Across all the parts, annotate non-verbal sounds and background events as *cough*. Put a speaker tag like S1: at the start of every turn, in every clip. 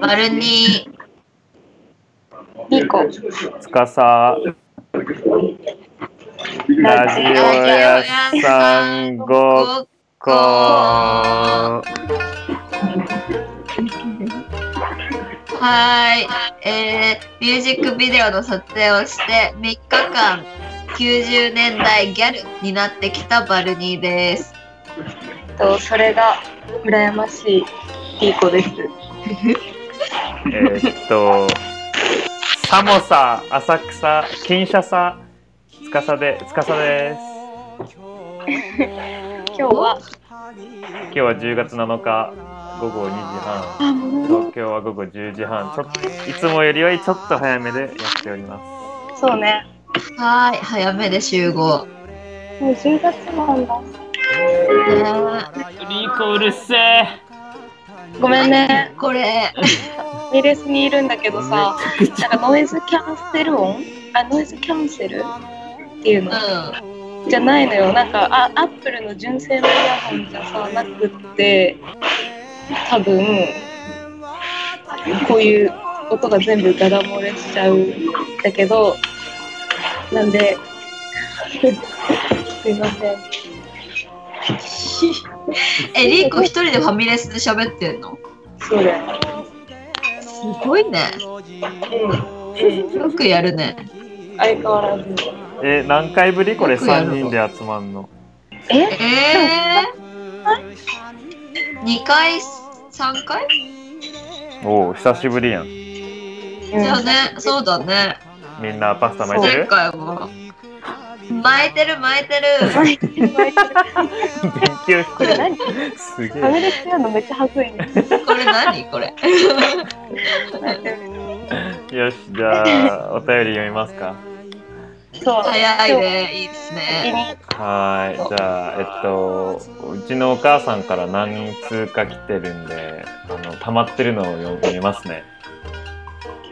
S1: 割るに、
S2: ピコ、
S3: つかさ、ラジオ屋さんごっ
S1: こ
S3: こ。
S1: はい、えー、ミュージックビデオの撮影をして3日間90年代ギャルになってきたバルニーです。
S2: と、それが羨ましいピコです。
S3: えーっと、サモサ、浅草、金シャサ、つかさで、つかさです。
S2: 今日は、
S3: 今日は10月7日午後2時半、
S2: あ、もう、
S3: 東京は午後10時半、ちょっといつもよりはちょっと早めでやっております。
S2: そうね。
S1: はい、早めで集合。
S2: もう10月なんだ。
S1: えー
S3: リコうるせえ。
S2: ごめんね。
S1: これ、
S2: ミレスにいるんだけどさ、なんかノイズキャンセル音あ、ノイズキャンセルっていう
S1: う
S2: の
S1: ん、
S2: じゃないのよ。なんか、あ、アップルの純正のイヤホンじゃさ、なくって、多分、こういう音が全部ダダ漏れしちゃうんだけど、なんで、 *laughs* すいません。
S1: え、リーコ一人でファミレスで喋ってんの
S2: そうだよ。
S1: すごいね。
S2: うん。
S1: よくやるね。
S2: 相変わらず。
S3: え、何回ぶりこれ3人で集まんの。
S2: え
S1: えー、2回、3回
S3: おお、久しぶりやん。
S1: じゃあね、そうだね。
S3: みんなパスタ巻いて
S1: 前
S3: る
S1: 回は。巻いてる巻いてる。
S2: 毎日毎日。
S3: 勉強し
S2: *laughs* こ
S3: て
S2: れ
S3: る。
S2: 何フ
S3: すげ
S2: ァミ
S3: え。
S2: レスやるのめっちゃ恥ずいね。
S1: これ何これ。
S3: よし、じゃあ、お便り読みますか。
S2: そう。
S1: 早い。ね。いいですね。
S3: はーい。じゃあ、えっと、うちのお母さんから何通か来てるんで、あの、溜まってるのを読読みますね。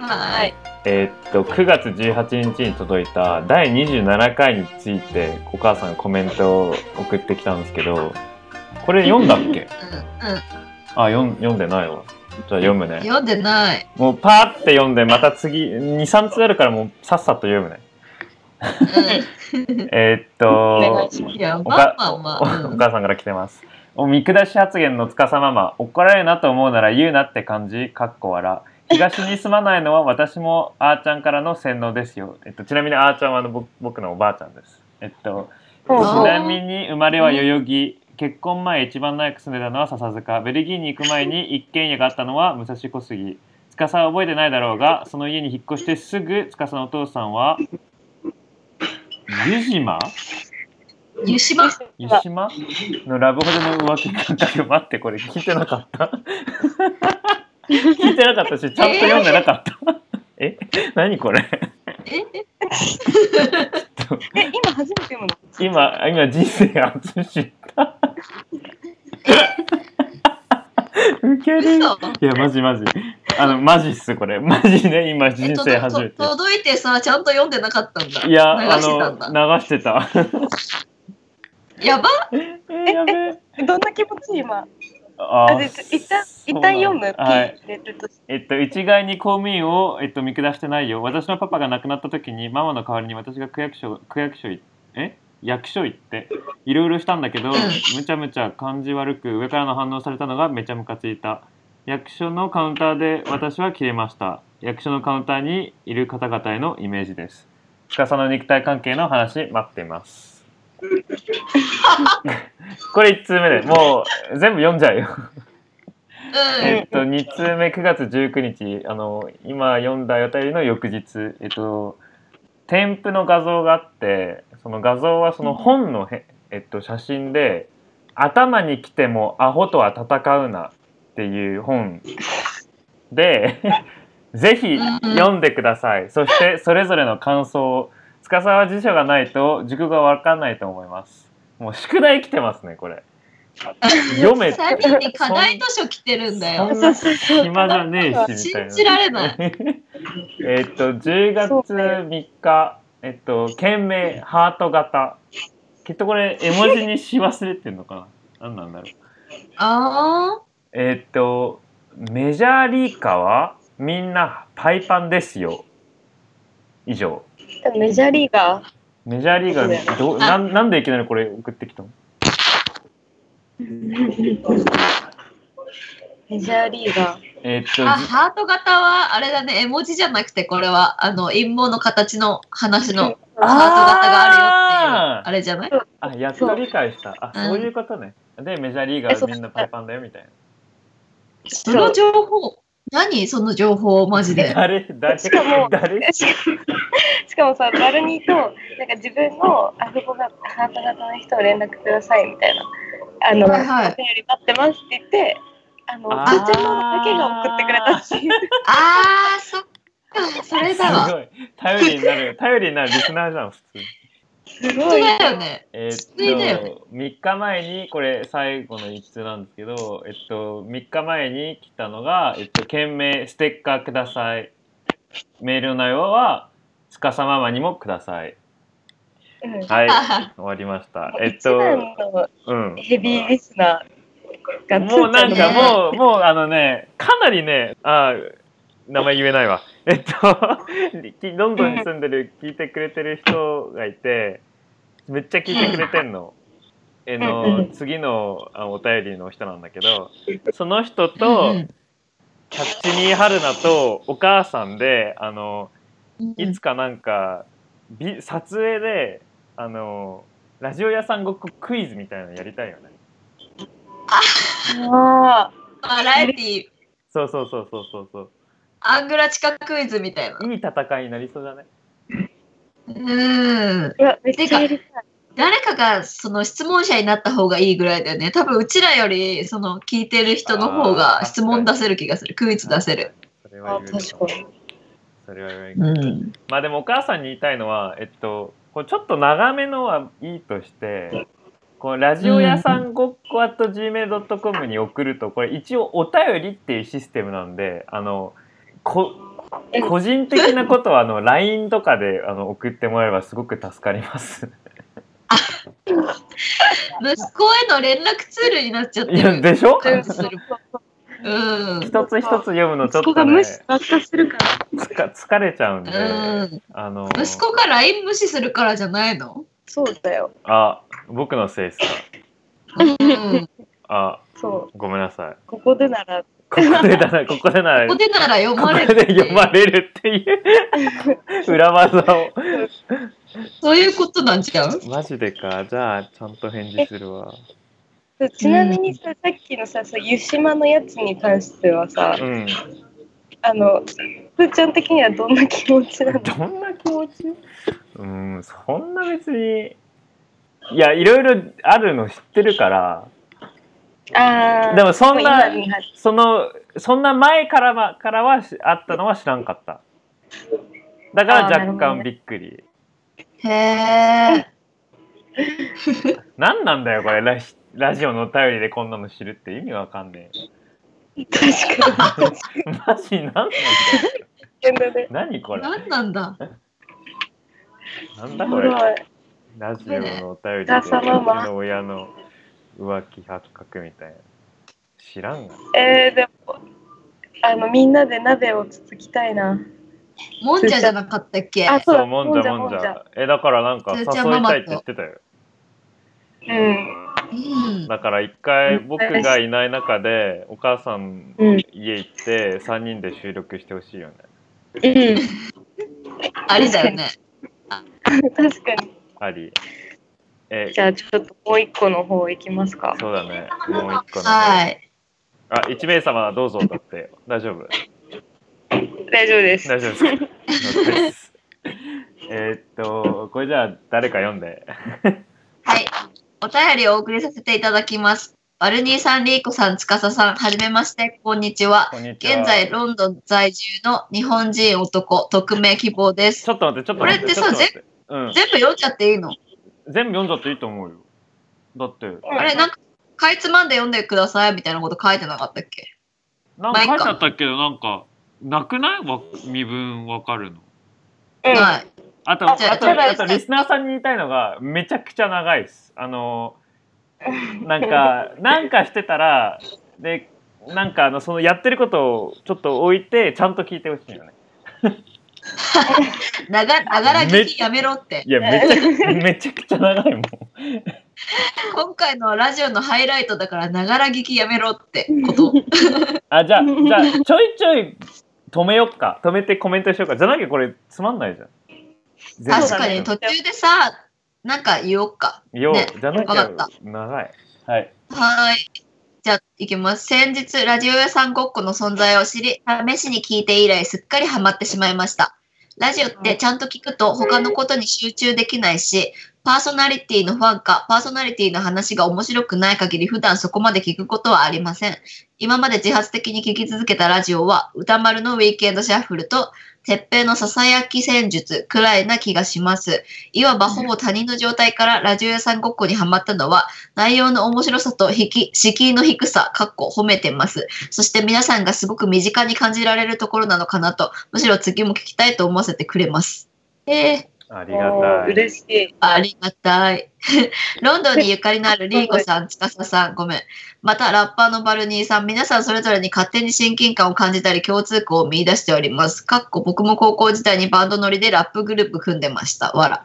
S1: はーい。
S3: えっと、9月18日に届いた第27回について、お母さんがコメントを送ってきたんですけど、これ読んだっ
S2: *laughs*
S1: う
S3: け
S1: んうん。
S3: あ、読ん読んでないわ。じゃあ読むね。
S1: 読んでない。
S3: もうパーって読んで、また次、2、3通あるからもうさっさと読むね。えっ
S2: お願
S3: と
S2: い、し
S3: *laughs*
S2: ます
S1: うん。いや、
S3: お
S1: ま
S3: か
S1: あまあま
S3: おお
S1: あ。うん
S3: 母さんから来てます。お見下し発言のつかさママ、怒られるなと思うなら言うなって感じ、かっこ笑。東に住まないのは私もあーちゃんからの洗脳ですよ。えっと、ちなみにあーちゃんはあの僕僕のおばあちゃんです。えっと、
S2: そう
S3: ち
S2: そう
S1: あ
S3: なみに生まれは代々木。結婚前一番長く住んでたのは笹塚。ベルギーに行く前に一軒家があったのは武蔵小杉。司は覚えてないだろうが、その家に引っ越してすぐ司のお父さんは湯島
S1: 湯島。
S3: 湯島のラブホでの浮気感覚待ってこれ聞いてなかった聞いてなかったしちゃんと読んでなかったえ何これ
S1: え
S2: え、今初めて読むの
S3: 今今人生初知ったウケるい
S1: 嘘
S3: やマジマジあのマジっすこれマジね今
S1: え
S3: *laughs* 人
S1: と
S3: 生初め
S1: と
S3: て
S1: 届いてさ、ちゃんと読んでなかったんだ。
S3: いや
S1: 流
S3: あ
S1: してた
S3: の
S1: んだ。
S3: 流してた
S1: やば
S3: えやべ
S1: *laughs*
S3: え
S2: どんな気持ち今
S3: あ
S2: あで一旦一旦読む
S3: はい
S2: ピー入れると
S3: えっと、一概に公務員を、えっと、見下してないよ。私のパパが亡くなった時に、ママの代わりに私が区役所、区役所い、え役所行って、いろいろしたんだけど、むちゃむちゃ感じ悪く、上からの反応されたのがめちゃムカついた。役所のカウンターで私は切れました。役所のカウンターにいる方々へのイメージです。司の肉体関係の話、待っています。これ1通目で、もう全部読んじゃうよ。
S1: うん
S3: えっと、2通目9月19日あの今読んだお便りの翌日えっと添付の画像があってその画像はその本のへ、えっと、写真で「頭に来てもアホとは戦うな」っていう本で *laughs* ぜひ読んでくださいそしてそれぞれの感想を司は辞書がないと熟語が分かんないと思いますもう宿題来てますね
S1: *laughs*
S3: これ読めって
S1: 3人に課題図書来てるんだよ。
S3: そんな暇じゃねえ
S1: 信
S3: しみたいな。
S1: じられ
S3: *laughs*
S1: ない。
S3: えっと10月3日、えっと件名ハート型。きっとこれ絵文字にし忘れてんのかな。何なんだろう。
S1: あ
S3: えっとメジャーリーカーはみんなパイパンですよ。以上。
S2: でもメジャーリーガー
S3: メジャーリーガーどうなんなんでいきなりこれ送ってきたの
S2: メジャーリーガー
S3: えーっと
S1: あ、ハート型は、あれだね、絵文字じゃなくて、これは、あの、陰謀の形の話のハート型があるよっていう、あれじゃない
S3: あやっと理解した。あ
S1: うん
S3: そういうことね。でメジャーリーガ
S2: えそ
S3: ー
S2: う
S3: みんなパイパンだよみたい
S1: その情報、何その情報、マジ
S3: *laughs* な。
S1: で。
S3: 誰誰
S2: しかも
S3: 誰
S2: ししかもさバルニーとなんか自分のアフボがハート型の人を連絡くださいみたいなあの、
S1: はいはい
S2: お便り待ってますって言ってあの
S3: あ
S1: ー
S2: あちゃまだけが送ってくれたっていう
S1: あー、そっか、それだ
S3: す
S1: わ。
S3: ごい頼りになる頼りになるリスナーじゃん普通。
S2: す
S1: 本
S2: ご
S1: 当
S2: い
S1: だよね。
S3: えーっ
S1: 救いだよ
S3: と、3日前に、これ最後の一通なんですけど、えっと、3日前に来たのが、えっと、件名、ステッカーください。メールの内容は、つかさママにもください。
S2: うん *laughs*
S3: はい、終
S1: あ
S3: わりました。えっ
S2: 一
S3: と、
S2: 番の
S3: うん。
S2: ヘビーリスナーが
S3: もうなん
S1: ね
S3: かもう、もうあのね、かなりね、あー名前言えないわ。えっと、きロンドンに住んでる、聞いてくれてる人がいて、めっちゃ聞いてくれてんの。え
S2: うんう
S3: の、
S2: ん
S3: 次のあお便りの人なんだけど、その人
S1: ーう
S3: と、
S1: ん
S3: キャッチニー春菜とお母さんで、あの、
S1: うん
S3: いつかなんか、び撮影で、あの、ラジオ屋さんごっこクイズみたいなのやりたいよね。
S2: あ
S1: バラエティー、
S3: そうそうそうそうそうそう。
S1: アングラ地下クイズみたいな。
S3: いい戦いになりそうだね。
S1: うん。
S2: ーうわめっちゃやりたい
S1: 誰かがその質問者になった方がいいぐらいだよね。多分うちらよりその聞いてる人の方
S3: あ
S1: が
S3: ー
S1: 質問出せる気がする。クイズ出せる。
S3: それ
S2: あ
S3: は言える
S2: 確かに
S3: それは言える
S1: うん。
S3: まあでもお母さんに言いたいのは、えっと、こうちょっと長めのはいいとして、こうラジオ屋さんごっこ at gmail.com に送ると、これ一応お便りっていうシステムなんで、あの、こ
S2: え
S3: 個人的なことはあの LINE とかであの送ってもらえばすごく助かり
S2: *laughs*
S3: ます。
S1: 息子への連絡ツールになっちゃって
S3: いや
S1: る。
S3: でしょ
S1: うんするうん。
S3: 一つ一つ読むのちょっ
S2: 息子
S3: と、
S2: が
S3: ね、
S2: 無視ばっかするから
S3: つか疲れちゃうんで、
S1: うん
S3: あの
S1: 息子が LINE 無視するからじゃないの
S2: そうだよ
S3: あ僕のせいですか
S1: うん。
S3: あ
S2: そう
S3: ごめんなさい。
S2: ここでなら
S3: ここでだな、ここでなら、
S1: ここ
S3: こ
S1: でなら読まれ
S3: こ
S1: る。
S3: で読まれるっていう裏技を。
S1: そういうことなんじゃん
S3: マジでか、じゃあちゃんと返事するわ。
S2: そうちなみにさ、さっきのさ、そう湯島のやつに関してはさ
S3: う、ん。
S2: あの、ふーちゃん的にはどんな気持ちなの
S3: どんな気持ちうん、そんな別に。いや、いろいろあるの知ってるから、
S2: あー
S3: でもそんな
S2: もう今に入っ
S3: その、そんな前からはからはしあったのは知らんかった。だから
S2: あーなるほ
S3: 若
S2: ど
S3: 干
S2: ね
S3: びっくり。
S1: へえ。
S3: 何なんだよ、これラジ、ラジオのお便りでこんなの知るって意味わかんねえ。
S2: 確か
S3: マジ何なんだよ。
S2: に。だね。
S3: 何これ。
S1: 何なんだ
S3: なん
S2: す
S3: だ
S2: ご
S3: こ
S2: い
S3: れ。。ラジオのお便りで、
S2: ダ
S3: うち
S2: サママ
S3: の親の浮気発覚みたいな。知らんが。
S2: えー、でも、あの、みんなで鍋をつつきたいな。
S1: もんじゃじゃなかったっけ
S2: あ、そう
S3: そう、
S2: だ、
S3: もんじゃもんじゃ。え、だからなんか
S1: じゃ
S3: 誘い
S1: あじゃあママと
S3: たいって言ってたよ。
S2: うん。
S1: うん。
S3: だから一回
S2: うん
S3: 僕がいない中で、お母さん
S2: うん。
S3: 家行って、3人で収録してほしいよね。
S2: うん。
S1: ありだよね。
S2: 確かに。
S3: あり。え、
S2: じゃあ、ちょっともう一個の方行きますか。
S3: そうだね。もう一個の。
S1: はい。
S3: あ、1名様どうぞだって。大丈夫。
S2: 大丈夫です。
S3: 大丈夫ですか了解です。 *laughs* えーっと、これじゃあ誰か読んで。
S1: はい。お便りをお送りさせていただきます。バルニーさん、リーコさん、つかささん、はじめまして、こんにちは。
S3: こんにちは
S1: 現在、ロンドン在住の日本人男、匿名希望です
S3: ち。ょっと待って、ちょっと待って。
S1: これってさ
S3: ちょと待てうん、
S1: 全部読んじゃっていいの
S3: 全部読んじゃっていいと思うよ。だって、
S1: あれ、なんか、かいつまんで読んでくださいみたいなこと書いてなかったっけ
S3: なん
S1: まあ
S3: か
S1: いい
S3: 書
S1: か
S3: いてあったけど、なんか、なくないわ身分わかるの。
S2: うん。
S1: はい。
S3: あと、あ
S1: じゃあ
S3: と、
S1: じゃあ
S3: あとリスナーさんに言いたいのが、めちゃくち
S1: *laughs*
S3: ゃ長いです。あの、なんか、なんかしてたら、で、なんかあのそのやってることをちょっと置いてちゃんと聞いてほしいよね。
S1: ながながら聞きやめろって
S3: いやめちゃ
S2: *laughs*
S3: くめちゃくちゃ長いもん。
S1: 今回のラジオのハイライトだからながら聞きやめろってこと
S3: あじゃあじゃあちょいちょい止めよっか止めてコメントしようかじゃなきゃこれつまんないじゃん。全部
S1: 確かに途中でさなんか言おうか
S3: よう、
S1: ね
S3: じゃなき
S1: わ
S3: ゃ
S1: かっ
S3: 長い。はい。
S1: はーい。じゃあ、いきます。先日、ラジオ屋さんごっこの存在を知り、試しに聞いて以来、すっかりハマってしまいました。ラジオってちゃんと聞くと他のことに集中できないし、パーソナリティのファンか、パーソナリティの話が面白くない限り普段そこまで聞くことはありません。今まで自発的に聞き続けたラジオは、歌丸のウィークエンドシャッフルと、鉄平のささやき戦術くらいな気がします。いわばほぼ他人の状態からラジオ屋さんごっこにハマったのは、内容の面白さと引き敷居の低さ、かっこ褒めてます。そして皆さんがすごく身近に感じられるところなのかなと、むしろ次も聞きたいと思わせてくれます。えー、
S3: ありが
S2: も
S3: た
S2: う
S3: い。
S2: 嬉しい。
S1: ありがたい。ロンドンにゆかりのあるリーコさん、司さん、ごめん。また、ラッパーのバルニーさん、皆さんそれぞれに勝手に親近感を感じたり、共通項を見出しております。かっこ僕も高校時代にバンド乗りでラップグループ組んでました。わら。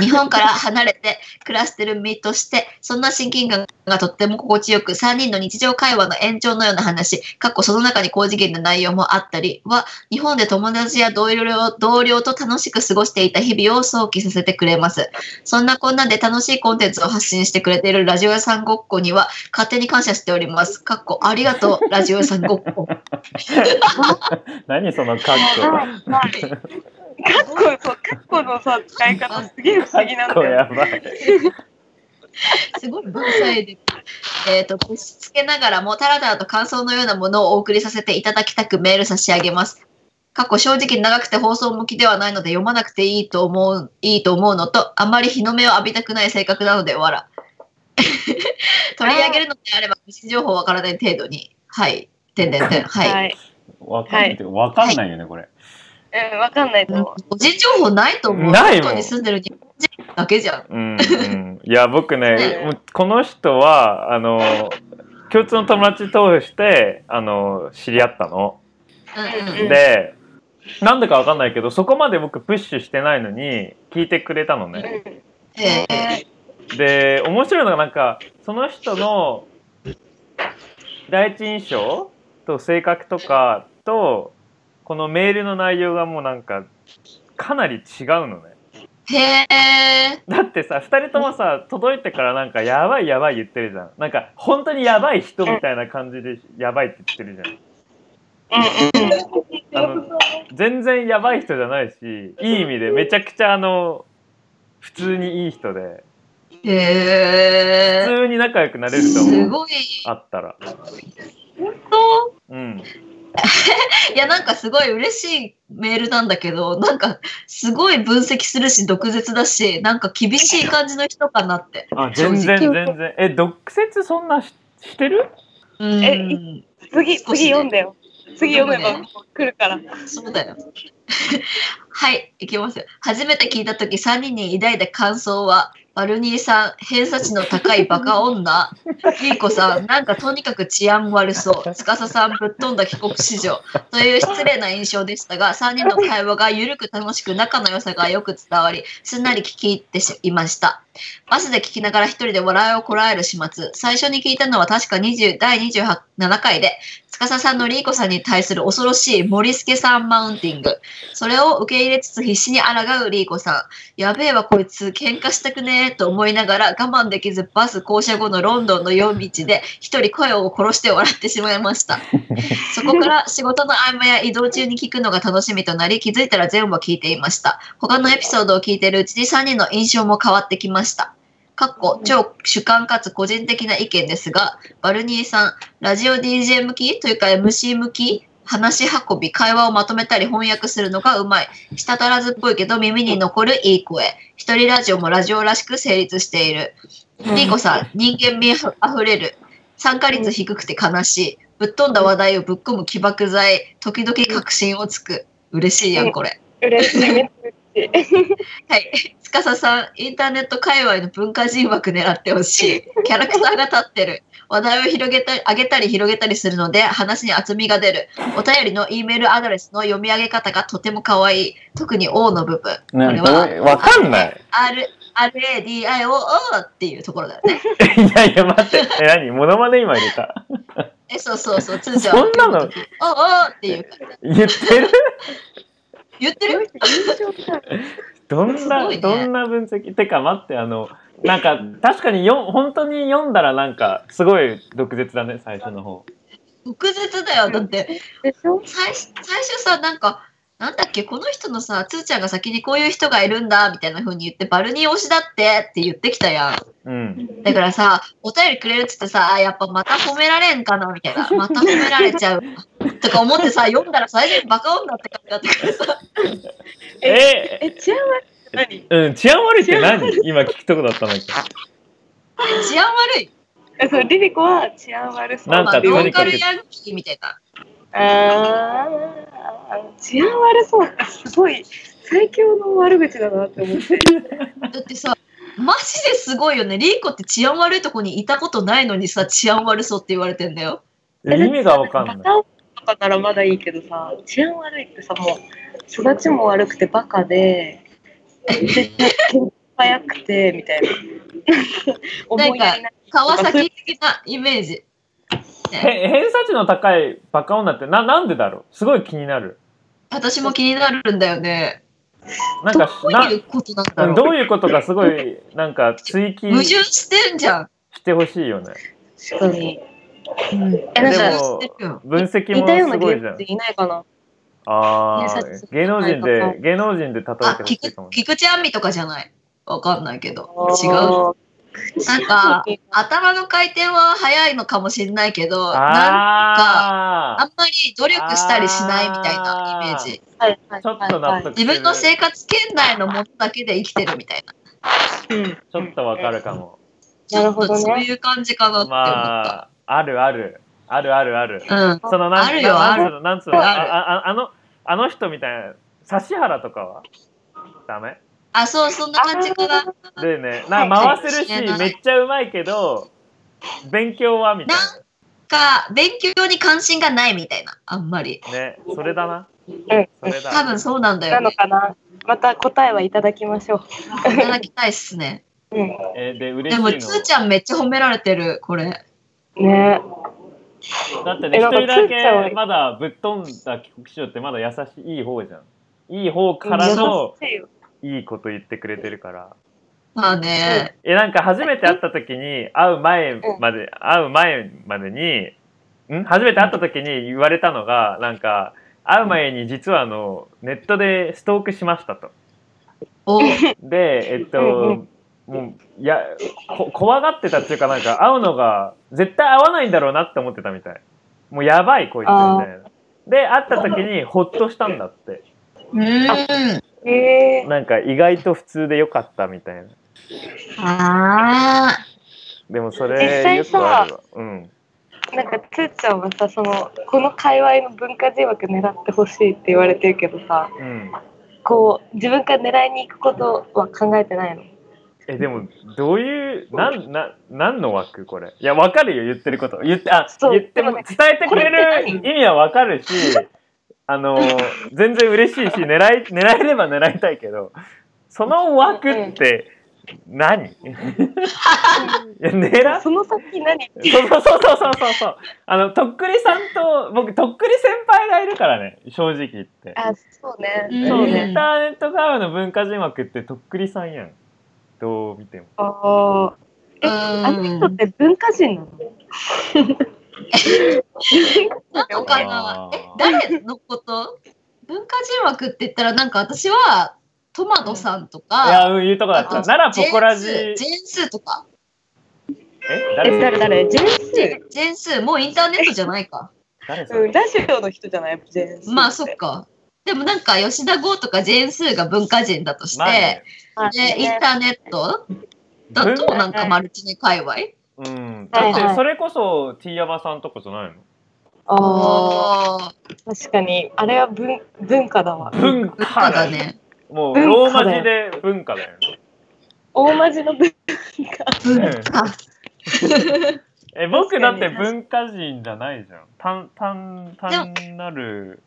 S1: 日本から離れて暮らしてる身として、そんな親近感がとっても心地よく、3人の日常会話の延長のような話、かっこその中に高次元な内容もあったりは、日本で友達や同僚同僚と楽しく過ごしていた日々を想起させてくれます。そんなこんなで楽しいコンテンツを発信してくれているラジオ屋さんごっこには勝手に感謝しております。かっこありがとう、ラジオ屋さんごっこ。
S3: *laughs* 何そのカッ
S2: はいはいカッコそうカッコのさ使い方すげえ不思議なん
S3: コ。こ
S2: だ
S3: れ
S2: よ。
S3: やばい。
S1: すごい文才で。えっ、と、ぶしつけながらも、タラタラと感想のようなものをお送りさせていただきたくメール差し上げます。過去正直長くて放送向きではないので読まなくていいと思う、いいと思うのと、あまり日の目を浴びたくない性格なので、わら。 *laughs* 取り上げるのであれば、無視情報わからない程度に。はい。てんてんてん。はい。
S2: はい。
S3: わかんない。わかんないよねこれ。
S2: うんわかんないと思う。
S1: 個人情報ないと思う。
S3: ない
S1: ロン
S3: もん
S1: ドンに住んでる日本人だけじゃん。
S3: うんうんいや僕ね
S2: ね
S3: もうこの人はあの共通の友達通してあの知り合ったの。
S1: うんうん。
S3: でなんでかわかんないけどそこまで僕プッシュしてないのに聞いてくれたのね。
S2: うん
S1: ええ
S3: で面白いのがなんかその人の第一印象と性格とかとこのメールの内容がもうなんかかなり違うのね。
S1: へえ。
S3: だってさ2人ともさ届いてからなんかやばいやばい言ってるじゃんなんか本当にやばい人みたいな感じでやばいって言ってるじ
S2: うんうん
S3: ゃんあの全然やばい人じゃないしいい意味でめちゃくちゃあの普通にいい人で
S1: へえ。
S3: 普通に仲良くなれると
S1: す
S3: 思う
S1: ごい。
S3: あったら
S1: 本当
S3: うん
S1: いやなんかすごい嬉しいメールなんだけどなんかすごい分析するし毒舌だしなんか厳しい感じの人かなって。
S3: あ全然
S2: 正
S3: 全
S2: 直
S3: 然え毒舌そんなししてる
S1: うん
S2: え次
S1: 少しね
S2: 次読んでよ。次読めば来るから。
S1: そうだよ。はい、いきますよ。初めて聞いたとき、3人に抱いた感想は、バルニーさん、偏差値の高いバカ女、リーコさん、なんかとにかく治安悪そう、司さん、ぶっ飛んだ帰国子女という失礼な印象でしたが、3人の会話が緩く楽しく、仲の良さがよく伝わり、すんなり聞き入っていました。バスで聞きながら一人で笑いをこらえる始末。最初に聞いたのは確か20第27回で、司さんのリーコさんに対する恐ろしい森助さんマウンティング。それを受け入れつつ必死に抗うリーコさん。やべえわ、こいつ、喧嘩したくねえと思いながら我慢できずバス降車後のロンドンの夜道で一人声を殺して笑ってしまいました。そこから仕事の合間や移動中に聞くのが楽しみとなり、気づいたら全部聞いていました。他のエピソードを聞いているうちに3人の印象も変わってきました。かっこ超主観かつ個人的な意見ですが、バルニーさん、ラジオ DJ 向きというか MC 向き話し運び、会話をまとめたり翻訳するのがうまい。舌足らずっぽいけど耳に残るいい声。一人ラジオもラジオらしく成立している。リーコさん、人間味あふれる。参加率低くて悲しい。ぶっ飛んだ話題をぶっ込む起爆剤。時々確信をつく。嬉しいやん、これ。
S2: 嬉しいめっちゃ嬉しい。
S1: はい。司さん、インターネット界隈の文化人枠狙ってほしい。キャラクターが立ってる。話題を広げたり、上げたり広げたりするので、話に厚みが出る。お便りの E メールアドレスの読み上げ方がとても可愛い。特に O の部分。
S3: なんか
S1: こ
S3: わかんない。
S1: R、RADIOO っていうところだよね。
S3: *laughs* いやいや、待って。え、何モノマネ今入れた。
S1: え、そうそうそう、つーちゃん
S3: そ
S1: は
S3: んなの
S1: おおっていうか
S3: 言ってる
S1: 言ってる
S3: どん
S1: す
S3: な、
S1: ごいね
S3: どんな分析てか待ってあのなんか確かによ本当に読んだらなんかすごい毒舌だね最初の方
S1: 毒舌だよ。だって、
S2: でしょ
S1: 最初最初さなんかなんだっけこの人のさつーちゃんが先にこういう人がいるんだみたいな風に言ってバルニー推しだってって言ってきたやん
S3: うん
S1: だからさお便りくれるっつってさあやっぱまた褒められんかなみたいなまた褒められちゃうとか思ってさ読んだら最初にバカ女って感じだったからさ
S3: え
S2: え、治安は何
S3: うん治安悪いって何今聞くとこだったんだけど
S1: 治安悪い
S2: えそう、リリコは治安悪そう
S3: なん
S1: まあ
S3: か
S1: ロ
S3: と
S1: ー
S3: に
S1: カ
S3: かく
S1: ルヤンキーみたいな
S2: あー治安悪そうってすごい最強の悪口だなって思って
S1: だってさマジですごいよねリーコって治安悪いとこにいたことないのにさ治安悪そうって言われてんだよ
S3: 意味がわかん
S2: バ
S3: ない
S2: カとかならまだいいけどさ治安悪いってさもう育ちも悪くてバカでで早くてみたいな
S1: *laughs*
S2: 思いやりない
S1: 川崎的なイメージ
S3: へ偏差値の高いバカ女ってななんでだろうすごい気になる
S1: 私も気になるんだよね。
S3: なん
S1: ど
S3: か
S1: ういうことなんだ
S3: な
S1: ろ
S3: ど
S1: う。
S3: ういうことかすごいなんか追記
S1: 矛盾してんじゃん。
S3: してほしいよね
S2: 確かに
S1: うん、矛
S2: え
S1: 盾
S2: なんか
S1: してるよ。
S3: 分析
S2: 似
S3: も
S2: たよう
S3: す
S2: な
S3: ご
S2: 芸
S3: いじゃ
S2: 能
S3: ん
S2: 人いないかな
S3: あ
S2: 偏差
S3: ー
S2: 値
S3: 芸能人
S2: 高
S3: で
S2: い
S3: 芸能人で例え
S1: あ
S3: て、ほし
S1: 菊
S3: いかも
S1: 菊池亜美とかじゃない。わかんないけど。違う。
S2: う
S1: なんか、頭の回転は早いのかもしれないけど、なん
S3: あ
S1: あんまり努力したりしないみたいなイメージ。
S2: はいはいはいはい
S3: ちょっと納得
S1: 自分の生活圏内のものだけで生きてるみたいな。
S2: うん
S3: ちょっとわかるかも。
S1: ちょっ
S2: なるほど
S1: と
S2: ね
S1: そういう感じかなって思った。
S3: まあ、あるある。あるあるあ
S1: う
S3: る。
S1: ん。
S3: そのなん
S1: あるよ
S3: な
S1: あ
S3: なんつうの、なんつうの、
S1: ある
S3: あああの、あの人みたいな、指原とかはダメ
S1: あ、そう、そんな感じかな。
S3: でね、な
S1: はい
S3: 回せるし、
S1: はい
S3: めっちゃうまいけど、勉強はみたい
S1: か、勉強に関心がないみたいな。あんまり。
S3: な。ね、それだな。
S2: うん
S3: それだ。
S1: 多分そうなんだ
S2: な
S1: よ
S2: の
S1: ね。
S2: かなまた答えはいただきましょ
S1: いただきたいっすね。
S2: う。う
S3: えーで、 *laughs* 嬉
S1: で
S3: しい
S1: も、
S3: の。
S1: つーちゃんめっちゃ褒められてる、これ。
S2: ん。ね
S3: だってね、
S2: え
S3: 一
S2: なんか
S3: 人だ
S2: つーちゃんは
S3: け、まだぶっ飛んだ帰国子女ってまだ優しい、いい方じゃん。いい方から
S1: ら
S3: の、
S2: 優しいよ
S3: いいこと言ってくれてるから。
S1: まあね。
S3: えなんか初めて会った時に会う前まで、会う前までにん初めて会った時に言われたのがなんか会う前に実はあのネットでストークしましたと。
S2: *laughs*
S1: お
S3: でえっともういやこ怖がってたっていうかなんか会うのが絶対会わないんだろうなって思ってたみたい。もうやばいこいつみ
S2: あー
S3: たいな。で会った時にほっとしたんだって。
S1: うーん。
S2: え
S3: なんか意外と普通でよかったみたいな。
S1: ああ。
S3: でもそれ
S2: 実際
S3: よくあるわ。うん。
S2: ー、なんかつーちゃんはさそのこの界隈の文化人枠狙ってほしいって言われてるけどさ
S3: うん。
S2: こう自分から狙いに行くことは考えてないの
S3: えでもどういうなんな何の枠これいやわかるよ言ってること言ってあ
S2: そう
S3: 言っても
S2: でもね
S3: 伝えてくれる
S2: これって
S3: 意味はわ
S2: *laughs*
S3: かるしあの全然嬉しいし狙い狙えれば狙いたいけどその枠って何 *laughs* いや狙っ
S2: その先何
S3: そうそうそうそうそうそうあのとっくりさんと僕とっくり先輩がいるからね正直言って
S2: あそう
S1: う
S2: ね
S1: ん
S2: そう
S3: イン
S2: ね
S3: ターネット側の文化人枠ってとっくりさんやんどう見ても。
S2: あーえ
S1: う
S2: あの
S1: ー
S2: 人っ
S1: ん。
S2: て文化人なの
S1: なんかかな。え、誰のこと文化人枠って言ったら、なんか私は、トマトさんと
S3: い
S1: か、
S3: や、うん、いうとこだった。
S1: あと
S3: ならポ
S1: ジェ
S3: コラ
S1: ン
S3: ジ。
S1: ス
S3: え
S1: ー、ジェンスーとか。
S2: え
S3: 誰
S2: 誰誰ジェン
S1: ジェジェンスー、もうインターネットじゃないか。
S3: 誰そ
S2: うん、
S3: れ
S2: ラジオの人じゃないジェンス
S1: まあ、そっか。でもなんか、吉田剛とかジェンスーが文化人だとして、
S3: まあね
S2: あ
S1: で、インターネットだと、
S3: 文
S1: なんかマルチネ界隈
S3: うん。
S2: は
S3: だ
S2: い
S3: っ
S2: はい
S3: てそれこそ T 山さんとかじゃないの
S2: あ
S1: あー
S2: ー確かにあれは文文化だわ
S3: 文
S1: 文
S3: 化
S1: 化
S3: だ
S1: だ
S3: ね。
S1: ね。
S3: もう
S2: 文
S3: ロ
S2: 化
S3: ーマ
S2: だ
S3: 字
S2: よ
S3: で文化だよね。
S2: 大文字の文化
S1: 文化。
S3: え、僕だって
S2: 確かに
S3: 文化人じゃないじゃん。単、単、単なる、